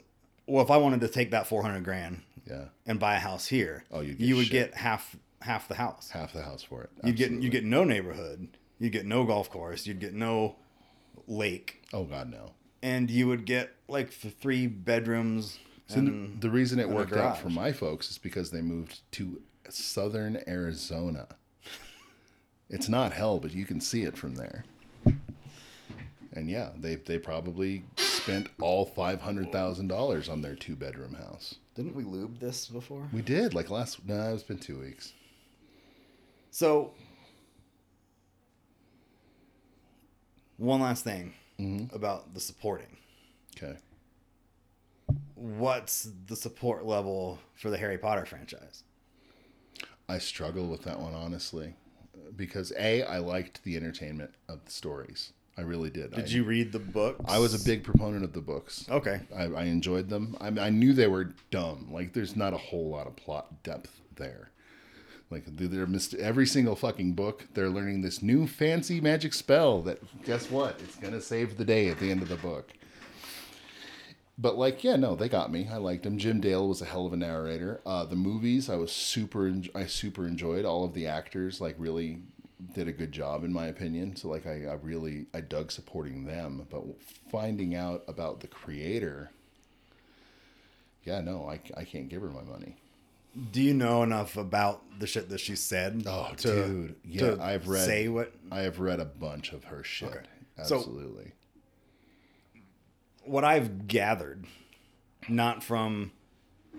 Speaker 1: well if i wanted to take that 400 grand
Speaker 2: yeah,
Speaker 1: and buy a house here
Speaker 2: Oh, you'd get
Speaker 1: you would
Speaker 2: shit.
Speaker 1: get half half the house
Speaker 2: half the house for it.
Speaker 1: you'd get you get no neighborhood you'd get no golf course you'd get no lake,
Speaker 2: Oh God, no.
Speaker 1: and you would get like th- three bedrooms.
Speaker 2: So the- the reason it worked out
Speaker 1: garage.
Speaker 2: for my folks is because they moved to southern Arizona. It's not hell, but you can see it from there. And yeah, they they probably spent all five hundred thousand dollars on their two bedroom house.
Speaker 1: Didn't we lube this before?
Speaker 2: We did like last. No, it's been two weeks.
Speaker 1: So, one last thing
Speaker 2: Mm-hmm.
Speaker 1: about the supporting.
Speaker 2: Okay.
Speaker 1: What's the support level for the Harry Potter franchise?
Speaker 2: I struggle with that one honestly, because a I liked the entertainment of the stories. I really did. I,
Speaker 1: Did you read the books?
Speaker 2: I was a big proponent of the books.
Speaker 1: okay.
Speaker 2: I, I enjoyed them. I, mean, I knew they were dumb. Like, there's not a whole lot of plot depth there. Like, they're mist- every single fucking book, they're learning this new fancy magic spell that, guess what? It's going to save the day at the end of the book. But, like, yeah, no, they got me. I liked them. Jim Dale was a hell of a narrator. Uh, the movies, I was super, en- I super enjoyed. All of the actors, like, really did a good job in my opinion so like I, I really i dug supporting them but finding out about the creator yeah, no, I, I can't give her my money.
Speaker 1: Do you know enough about the shit that she said?
Speaker 2: Oh, dude. Yeah, I've read-
Speaker 1: Say what?
Speaker 2: I have read a bunch of her shit.
Speaker 1: Okay. So-
Speaker 2: Absolutely.
Speaker 1: What I've gathered, not from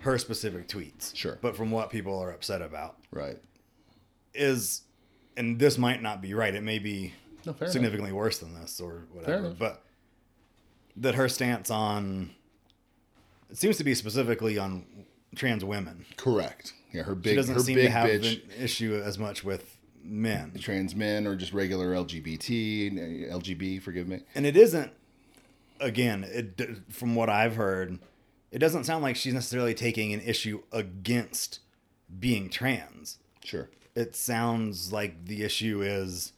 Speaker 1: her specific tweets,
Speaker 2: Sure.
Speaker 1: but from what people are upset about,
Speaker 2: right.
Speaker 1: is, and this might not be right. It may be
Speaker 2: No, fair enough.
Speaker 1: significantly worse than this or
Speaker 2: Fair
Speaker 1: whatever.
Speaker 2: enough.
Speaker 1: But that her stance on it seems to be specifically on trans women.
Speaker 2: Correct. Yeah, her
Speaker 1: She
Speaker 2: big,
Speaker 1: doesn't
Speaker 2: her
Speaker 1: seem
Speaker 2: big
Speaker 1: to have
Speaker 2: bitch,
Speaker 1: an issue as much with men.
Speaker 2: trans men or just regular LGBT, uh, LGB, forgive me.
Speaker 1: And it isn't again, it d- from what I've heard, it doesn't sound like she's necessarily taking an issue against being trans.
Speaker 2: Sure.
Speaker 1: It sounds like the issue is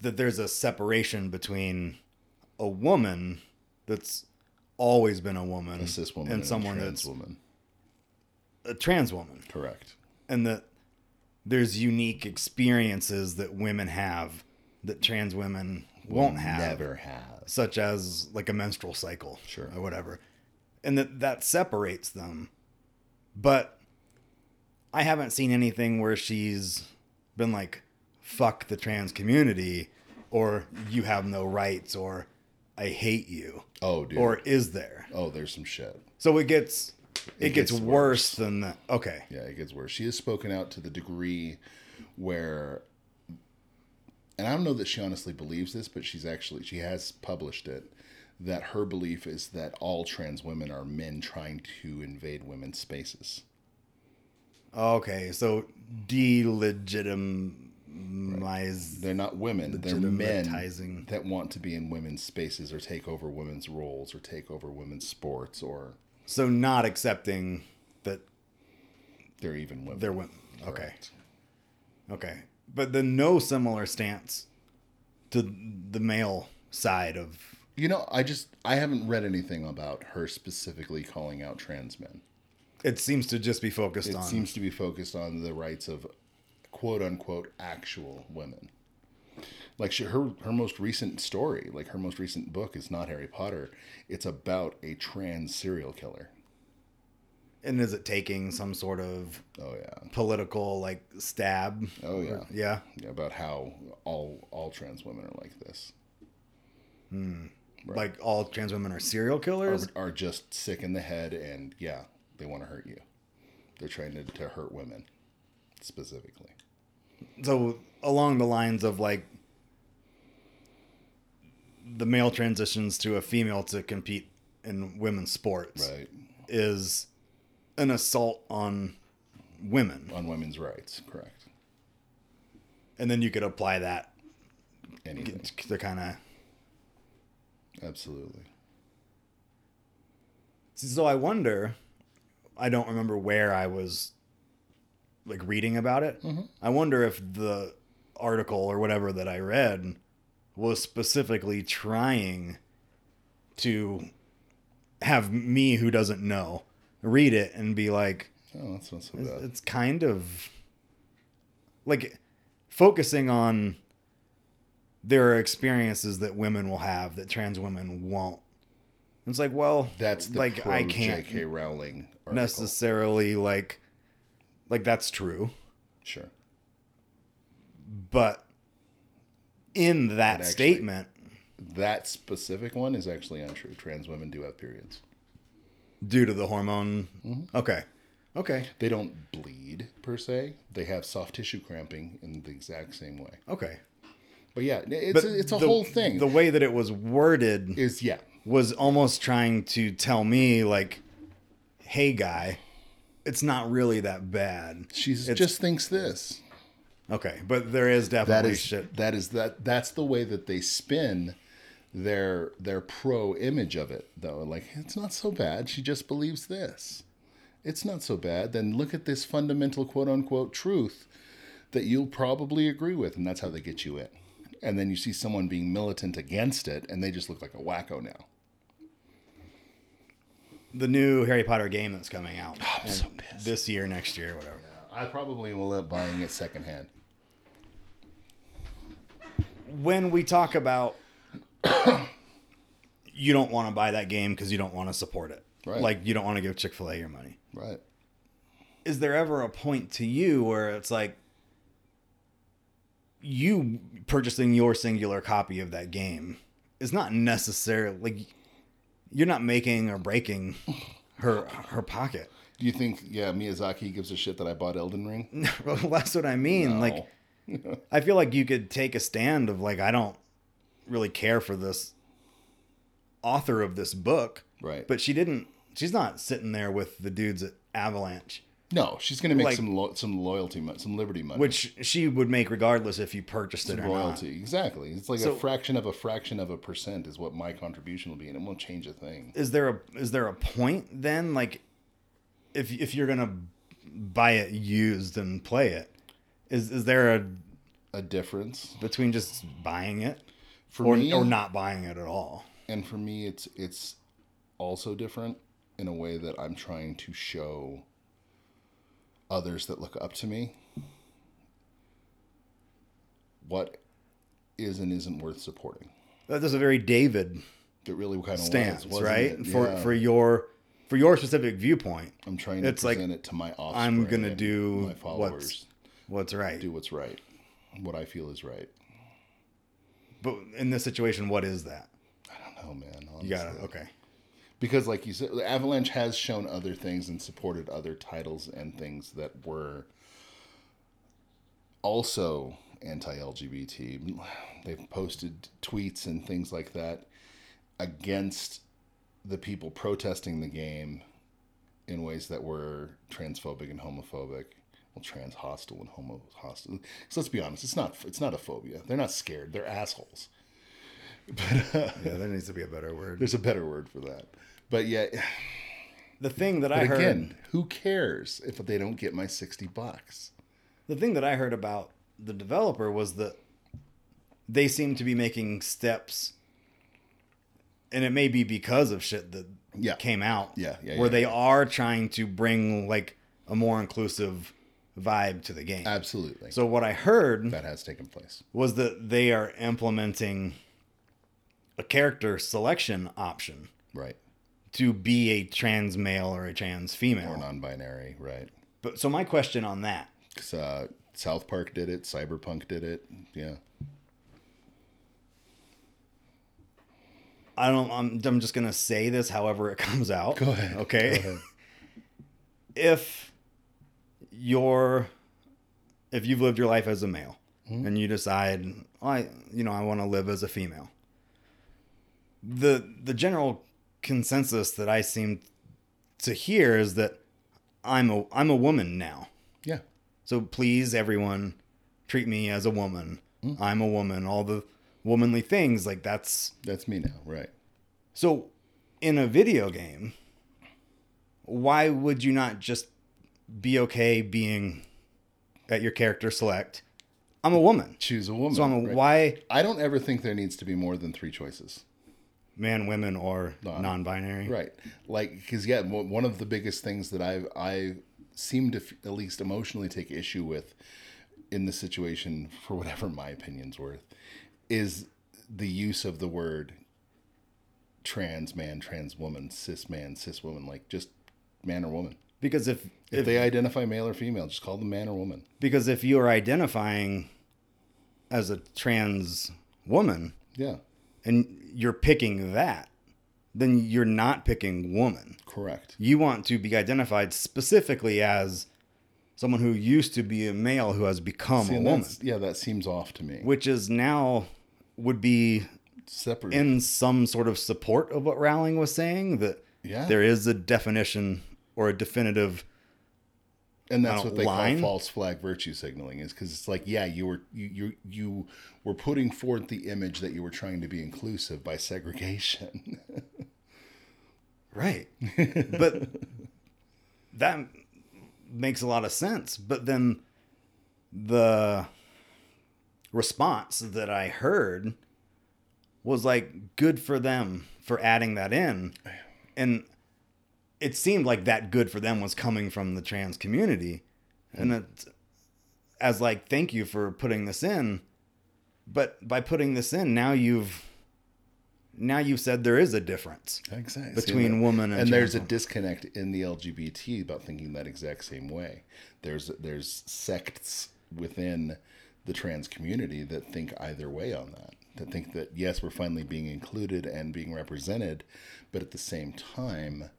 Speaker 1: that there's a separation between a woman that's always been a woman,
Speaker 2: A cis woman
Speaker 1: and,
Speaker 2: and,
Speaker 1: someone
Speaker 2: a trans
Speaker 1: that's
Speaker 2: woman.
Speaker 1: a trans woman,
Speaker 2: Correct.
Speaker 1: and that there's unique experiences that women have that trans women won't have,
Speaker 2: Never has.
Speaker 1: such as like a menstrual cycle,
Speaker 2: Sure.
Speaker 1: or whatever, and that that separates them. But I haven't seen anything where she's been like, "Fuck the trans community," or "You have no rights," or "I hate you,"
Speaker 2: Oh, dude.
Speaker 1: or "Is there?"
Speaker 2: oh, there's some shit.
Speaker 1: So it gets it,
Speaker 2: gets
Speaker 1: gets, worse than that. Okay.
Speaker 2: Yeah, it gets worse. She has spoken out to the degree where, and I don't know that she honestly believes this, but she's actually she has published it that her belief is that all trans women are men trying to invade women's spaces.
Speaker 1: Okay, so delegitimize.
Speaker 2: They're not women; they're men
Speaker 1: Legitimatizing.
Speaker 2: that want to be in women's spaces or take over women's roles or take over women's sports or
Speaker 1: So not accepting that
Speaker 2: they're even women.
Speaker 1: they're women. Okay,
Speaker 2: Correct.
Speaker 1: okay, but then no similar stance to the male side of.
Speaker 2: You know, I just I haven't read anything about her specifically calling out trans men.
Speaker 1: It seems to just be focused
Speaker 2: it
Speaker 1: on.
Speaker 2: seems to be focused on the rights of quote unquote actual women like she, her her most recent story like her most recent book is not harry potter it's about a trans serial killer
Speaker 1: and is it taking some sort of
Speaker 2: oh yeah
Speaker 1: political like stab?
Speaker 2: oh yeah
Speaker 1: Yeah.
Speaker 2: Yeah, about how all all trans women are like this
Speaker 1: Like all trans women are serial
Speaker 2: are,
Speaker 1: killers.
Speaker 2: are just sick in the head and yeah they want to hurt you they're trying to, to hurt women specifically
Speaker 1: so along the lines of like the male transitions to a female to compete in women's sports
Speaker 2: right
Speaker 1: is an assault on women
Speaker 2: on women's rights correct
Speaker 1: and then you could apply that
Speaker 2: anything
Speaker 1: to kind of
Speaker 2: absolutely
Speaker 1: so i wonder i don't remember where i was like reading about it i wonder if the article or whatever that i read was specifically trying to have me who doesn't know read it and be like
Speaker 2: oh that's not so
Speaker 1: it's,
Speaker 2: bad
Speaker 1: it's kind of like focusing on there are experiences that women will have that trans women won't. It's like, well,
Speaker 2: That's the
Speaker 1: like I can't
Speaker 2: J.K. Rowling article.
Speaker 1: necessarily like like that's true,
Speaker 2: sure.
Speaker 1: but in that
Speaker 2: actually-
Speaker 1: statement,
Speaker 2: That specific one is actually untrue. Trans women do have periods.
Speaker 1: due to the hormone,
Speaker 2: Mm-hmm.
Speaker 1: okay, okay,
Speaker 2: They don't bleed per se. They have soft tissue cramping in the exact same way.
Speaker 1: okay.
Speaker 2: But yeah, it's
Speaker 1: But
Speaker 2: a, it's a
Speaker 1: the-
Speaker 2: whole thing.
Speaker 1: The way that it was worded
Speaker 2: is yeah,
Speaker 1: was almost trying to tell me like, hey guy, it's not really that bad.
Speaker 2: she just thinks this.
Speaker 1: Okay, but there is
Speaker 2: That
Speaker 1: definitely
Speaker 2: is
Speaker 1: shit.
Speaker 2: that is that that's the way that they spin their their pro image of it though. Like it's not so bad. She just believes this. It's not so bad. Then look at this fundamental quote unquote truth that you'll probably agree with, and that's how they get you in. And then you see someone being militant against it, and they just look like a wacko now.
Speaker 1: The new Harry Potter game that's coming out
Speaker 2: Oh, I'm so pissed.
Speaker 1: this year, next year, whatever.
Speaker 2: I probably will end up buying it secondhand.
Speaker 1: When we talk about you don't want to buy that game because you don't want to support it.
Speaker 2: Right.
Speaker 1: Like you don't want to give Chick fil A your money.
Speaker 2: Right.
Speaker 1: Is there ever a point to you where it's like you purchasing your singular copy of that game is not necessarily like you're not making or breaking her her pocket.
Speaker 2: Do you think yeah Miyazaki gives a shit that I bought Elden Ring?
Speaker 1: Well, that's what I mean. Like
Speaker 2: No.
Speaker 1: I feel like you could take a stand of like I don't really care for this author of this book,
Speaker 2: right.
Speaker 1: but she didn't. She's not sitting there with the dudes at Avalanche,
Speaker 2: No, she's going to make
Speaker 1: Like-
Speaker 2: some lo- some loyalty, mo- some liberty money,
Speaker 1: which she would make regardless if you purchased it or
Speaker 2: royalty. Exactly. It's like
Speaker 1: So-
Speaker 2: a fraction of a fraction of a percent is what my contribution will be, and it won't change a thing.
Speaker 1: not. Is there a is there a point then? Like, if if you're gonna buy it used and play it, is is there a
Speaker 2: A difference
Speaker 1: between just buying it
Speaker 2: for
Speaker 1: or
Speaker 2: me,
Speaker 1: or not buying it at all?
Speaker 2: and for me, it's it's also different in a way that I'm trying to show others that look up to me what is and isn't worth supporting.
Speaker 1: That is a very David
Speaker 2: It really kind of
Speaker 1: stance,
Speaker 2: was, wasn't
Speaker 1: right?
Speaker 2: it?
Speaker 1: For
Speaker 2: Yeah.
Speaker 1: for your for your specific viewpoint,
Speaker 2: I'm trying to
Speaker 1: it's like,
Speaker 2: present it to my offspring.
Speaker 1: I'm gonna
Speaker 2: and
Speaker 1: do
Speaker 2: my
Speaker 1: what's-
Speaker 2: followers.
Speaker 1: what's right.
Speaker 2: do what's right, what I feel is right.
Speaker 1: But in this situation, what is that?
Speaker 2: I don't know, man. Honestly.
Speaker 1: You gotta okay.
Speaker 2: Because, like you said, Avalanche has shown other things and supported other titles and things that were also anti-LGBT. They've posted tweets and things like that against the people protesting the game in ways that were transphobic and homophobic. Well, trans hostile and homo hostile. So let's be honest, it's not it's not a phobia. They're not scared. They're assholes. But uh,
Speaker 1: Yeah, there needs to be a better word.
Speaker 2: there's a better word for that. But yet,
Speaker 1: The thing that I
Speaker 2: but
Speaker 1: heard.
Speaker 2: again, who cares if they don't get my 60 bucks?
Speaker 1: The thing that I heard about the developer was that they seem to be making steps, and it may be because of shit that
Speaker 2: Yeah.
Speaker 1: came out.
Speaker 2: Yeah, yeah,
Speaker 1: where
Speaker 2: yeah,
Speaker 1: they are trying to bring like a more inclusive vibe to the game.
Speaker 2: Absolutely.
Speaker 1: so what I heard
Speaker 2: that has taken place.
Speaker 1: was that they are implementing a character selection option
Speaker 2: Right.
Speaker 1: to be a trans male or a trans
Speaker 2: Or
Speaker 1: female.
Speaker 2: non binary, right.
Speaker 1: But so my question on that,
Speaker 2: 'Cause, uh, South Park did it, Cyberpunk did it. Yeah.
Speaker 1: I don't I'm, I'm just going to say this however it comes out.
Speaker 2: Go ahead.
Speaker 1: Okay.
Speaker 2: Go ahead.
Speaker 1: if you're if you've lived your life as a male and you decide I you know I want to live as a female the the general consensus that I seem to hear is that I'm a I'm a woman now
Speaker 2: Yeah.
Speaker 1: so please everyone treat me as a woman I'm a woman all the womanly things like that's
Speaker 2: That's me now. Right.
Speaker 1: so, in a video game, why would you not just be okay being at your character select? I'm a woman,
Speaker 2: Choose a woman.
Speaker 1: so I'm a
Speaker 2: right?
Speaker 1: why
Speaker 2: I don't ever think there needs to be more than three choices.
Speaker 1: man, women, or non-binary.
Speaker 2: Right. Like, because yeah, mo- one of the biggest things that I I seem to f- at least emotionally take issue with in the situation, for whatever my opinion's worth, is the use of the word trans man, trans woman, cis man, cis woman, like just man or woman.
Speaker 1: Because if,
Speaker 2: If,
Speaker 1: if
Speaker 2: they identify male or female, just call them man or woman.
Speaker 1: because if you are identifying as a trans woman
Speaker 2: Yeah,
Speaker 1: and you're picking that, then you're not picking woman.
Speaker 2: correct.
Speaker 1: You want to be identified specifically as someone who used to be a male who has become
Speaker 2: See,
Speaker 1: a
Speaker 2: and
Speaker 1: woman,
Speaker 2: that's- yeah, that seems off to me.
Speaker 1: which is now would be
Speaker 2: Separate.
Speaker 1: in some sort of support of what Rowling was saying that
Speaker 2: Yeah.
Speaker 1: there is a definition or a definitive
Speaker 2: and that's
Speaker 1: on a
Speaker 2: what they
Speaker 1: line.
Speaker 2: call false flag virtue signaling is because it's like yeah you were you, you you were putting forth the image that you were trying to be inclusive by segregation
Speaker 1: right but that makes a lot of sense but then the response that i heard was like good for them for adding that in and it seemed like that good for them was coming from the trans community and it's as like thank you for putting this in but by putting this in now you've now you've said there is a difference
Speaker 2: exactly
Speaker 1: Between woman and
Speaker 2: there's a
Speaker 1: trans
Speaker 2: disconnect in the lgbt about thinking that exact same way there's there's sects within the trans community that think either way on that that think that yes we're finally being included and being represented but at the same time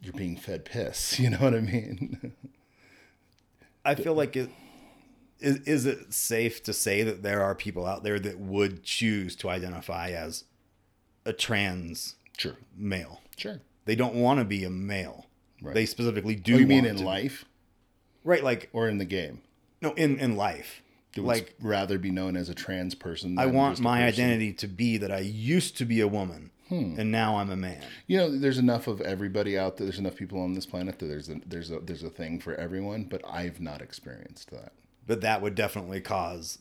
Speaker 2: you're being fed piss you know what i mean
Speaker 1: I feel like it is. Is it safe to say that there are people out there that would choose to identify as a trans
Speaker 2: sure
Speaker 1: male?
Speaker 2: sure
Speaker 1: They don't want to be a male.
Speaker 2: Right. Oh,
Speaker 1: They specifically do.
Speaker 2: you mean
Speaker 1: want
Speaker 2: in
Speaker 1: to-
Speaker 2: life
Speaker 1: Right, like
Speaker 2: or in the game?
Speaker 1: no, in in life.
Speaker 2: Do we
Speaker 1: like
Speaker 2: rather be known as a trans person?
Speaker 1: I
Speaker 2: than
Speaker 1: want
Speaker 2: just a
Speaker 1: my
Speaker 2: person? Hmm.
Speaker 1: identity to be that I used to be a woman and now I'm a man.
Speaker 2: You know, there's enough of everybody out there. There's enough people on this planet that there's a, there's a there's a thing for everyone. But I've not experienced that.
Speaker 1: But that would definitely cause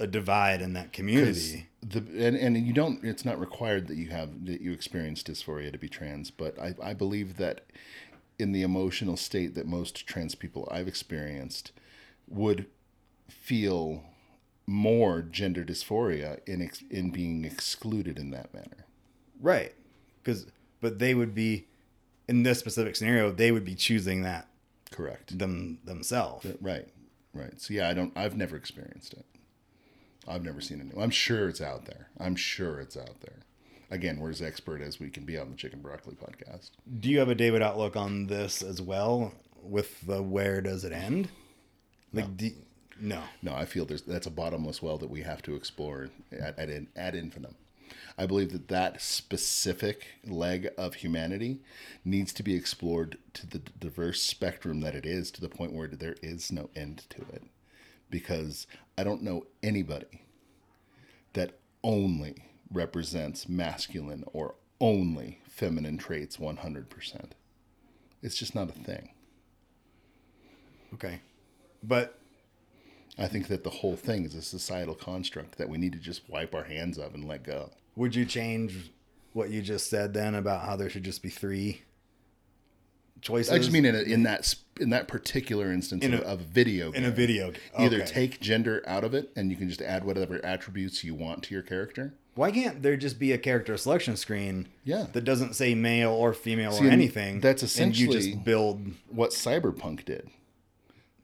Speaker 1: a divide in that community.
Speaker 2: The and, and you don't. It's not required that you have that you experience dysphoria to be trans. But I I believe that in the emotional state that most trans people I've experienced would feel more gender dysphoria in ex, in being excluded in that manner.
Speaker 1: Right. Cuz but they would be in this specific scenario, they would be choosing that
Speaker 2: Correct.
Speaker 1: them themselves.
Speaker 2: Right. Right. So yeah, I don't. I've never experienced it. I've never seen it. I'm sure it's out there. I'm sure it's out there. Again, we're as expert as we can be on the Chicken Broccoli podcast.
Speaker 1: Do you have a David outlook on this as well? With the where does it end? Like no. no.
Speaker 2: No, I feel there's that's a bottomless well that we have to explore at at, in, ad infinitum. I believe that that specific leg of humanity needs to be explored to the d- diverse spectrum that it is, to the point where there is no end to it. Because I don't know anybody that only represents masculine or only feminine traits 100%. It's just not a thing.
Speaker 1: Okay. But
Speaker 2: I think that the whole thing is a societal construct that we need to just wipe our hands of and let go.
Speaker 1: would you change what you just said then about how there should just be three choices?
Speaker 2: I just mean in, a, in that sp- in that particular instance of,
Speaker 1: a-
Speaker 2: of a video
Speaker 1: in a
Speaker 2: game.
Speaker 1: video.
Speaker 2: Either
Speaker 1: Okay.
Speaker 2: take gender out of it and you can just add whatever attributes you want to your character.
Speaker 1: Why can't there just be a character selection screen?
Speaker 2: Yeah.
Speaker 1: That doesn't say male or female or
Speaker 2: and
Speaker 1: anything.
Speaker 2: that's
Speaker 1: and you
Speaker 2: essentially-
Speaker 1: just build
Speaker 2: What Cyberpunk did,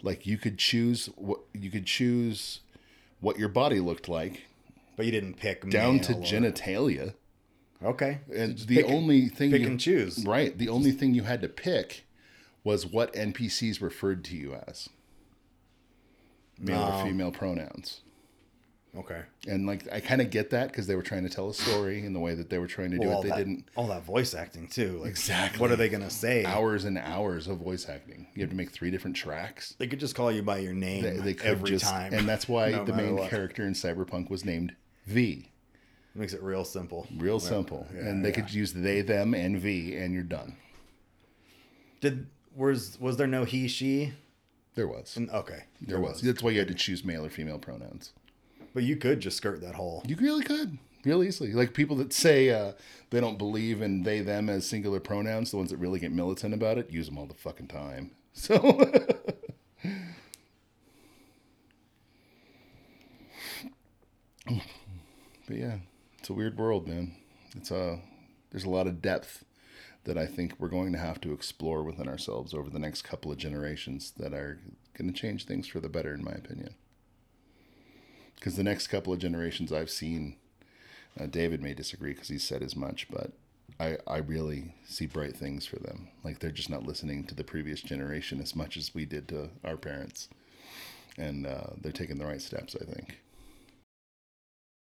Speaker 2: like you could choose what you could choose what your body looked like
Speaker 1: but you didn't pick
Speaker 2: down to
Speaker 1: male or-
Speaker 2: genitalia.
Speaker 1: Okay.
Speaker 2: And the only thing
Speaker 1: Pick
Speaker 2: you-
Speaker 1: and choose.
Speaker 2: Right. The only thing you had to pick was what NPCs referred to you as male
Speaker 1: Um,
Speaker 2: or female pronouns.
Speaker 1: Okay.
Speaker 2: And like, I kind of get that because they were trying to tell a story in the way that they were trying to do
Speaker 1: all
Speaker 2: it. They
Speaker 1: that,
Speaker 2: didn't
Speaker 1: all that voice acting too. Like,
Speaker 2: Exactly.
Speaker 1: What are they gonna say?
Speaker 2: hours and hours of voice acting. You have to make three different tracks.
Speaker 1: They could just call you by your name
Speaker 2: They, they could
Speaker 1: every
Speaker 2: just-
Speaker 1: time,
Speaker 2: and that's why
Speaker 1: No
Speaker 2: the
Speaker 1: matter
Speaker 2: main
Speaker 1: what.
Speaker 2: character in Cyberpunk was named V.
Speaker 1: makes it real simple.
Speaker 2: Real simple. and they could use they, them, and V, and you're done.
Speaker 1: Did was was there no he she?
Speaker 2: There was.
Speaker 1: Okay,
Speaker 2: there was. That's why you had to choose male or female pronouns.
Speaker 1: But you could just skirt that whole.
Speaker 2: You really could, real easily. Like people that say uh, they don't believe in they them as singular pronouns, the ones that really get militant about it, use them all the fucking time. So But yeah, it's a weird world, man. It's uh there's a lot of depth that I think we're going to have to explore within ourselves over the next couple of generations that are going to change things for the better, in my opinion. Because the next couple of generations I've seen, uh, David may disagree because he's said as much, but I, I really see bright things for them. Like they're just not listening to the previous generation as much as we did to our parents. And uh, they're taking the right steps, I think.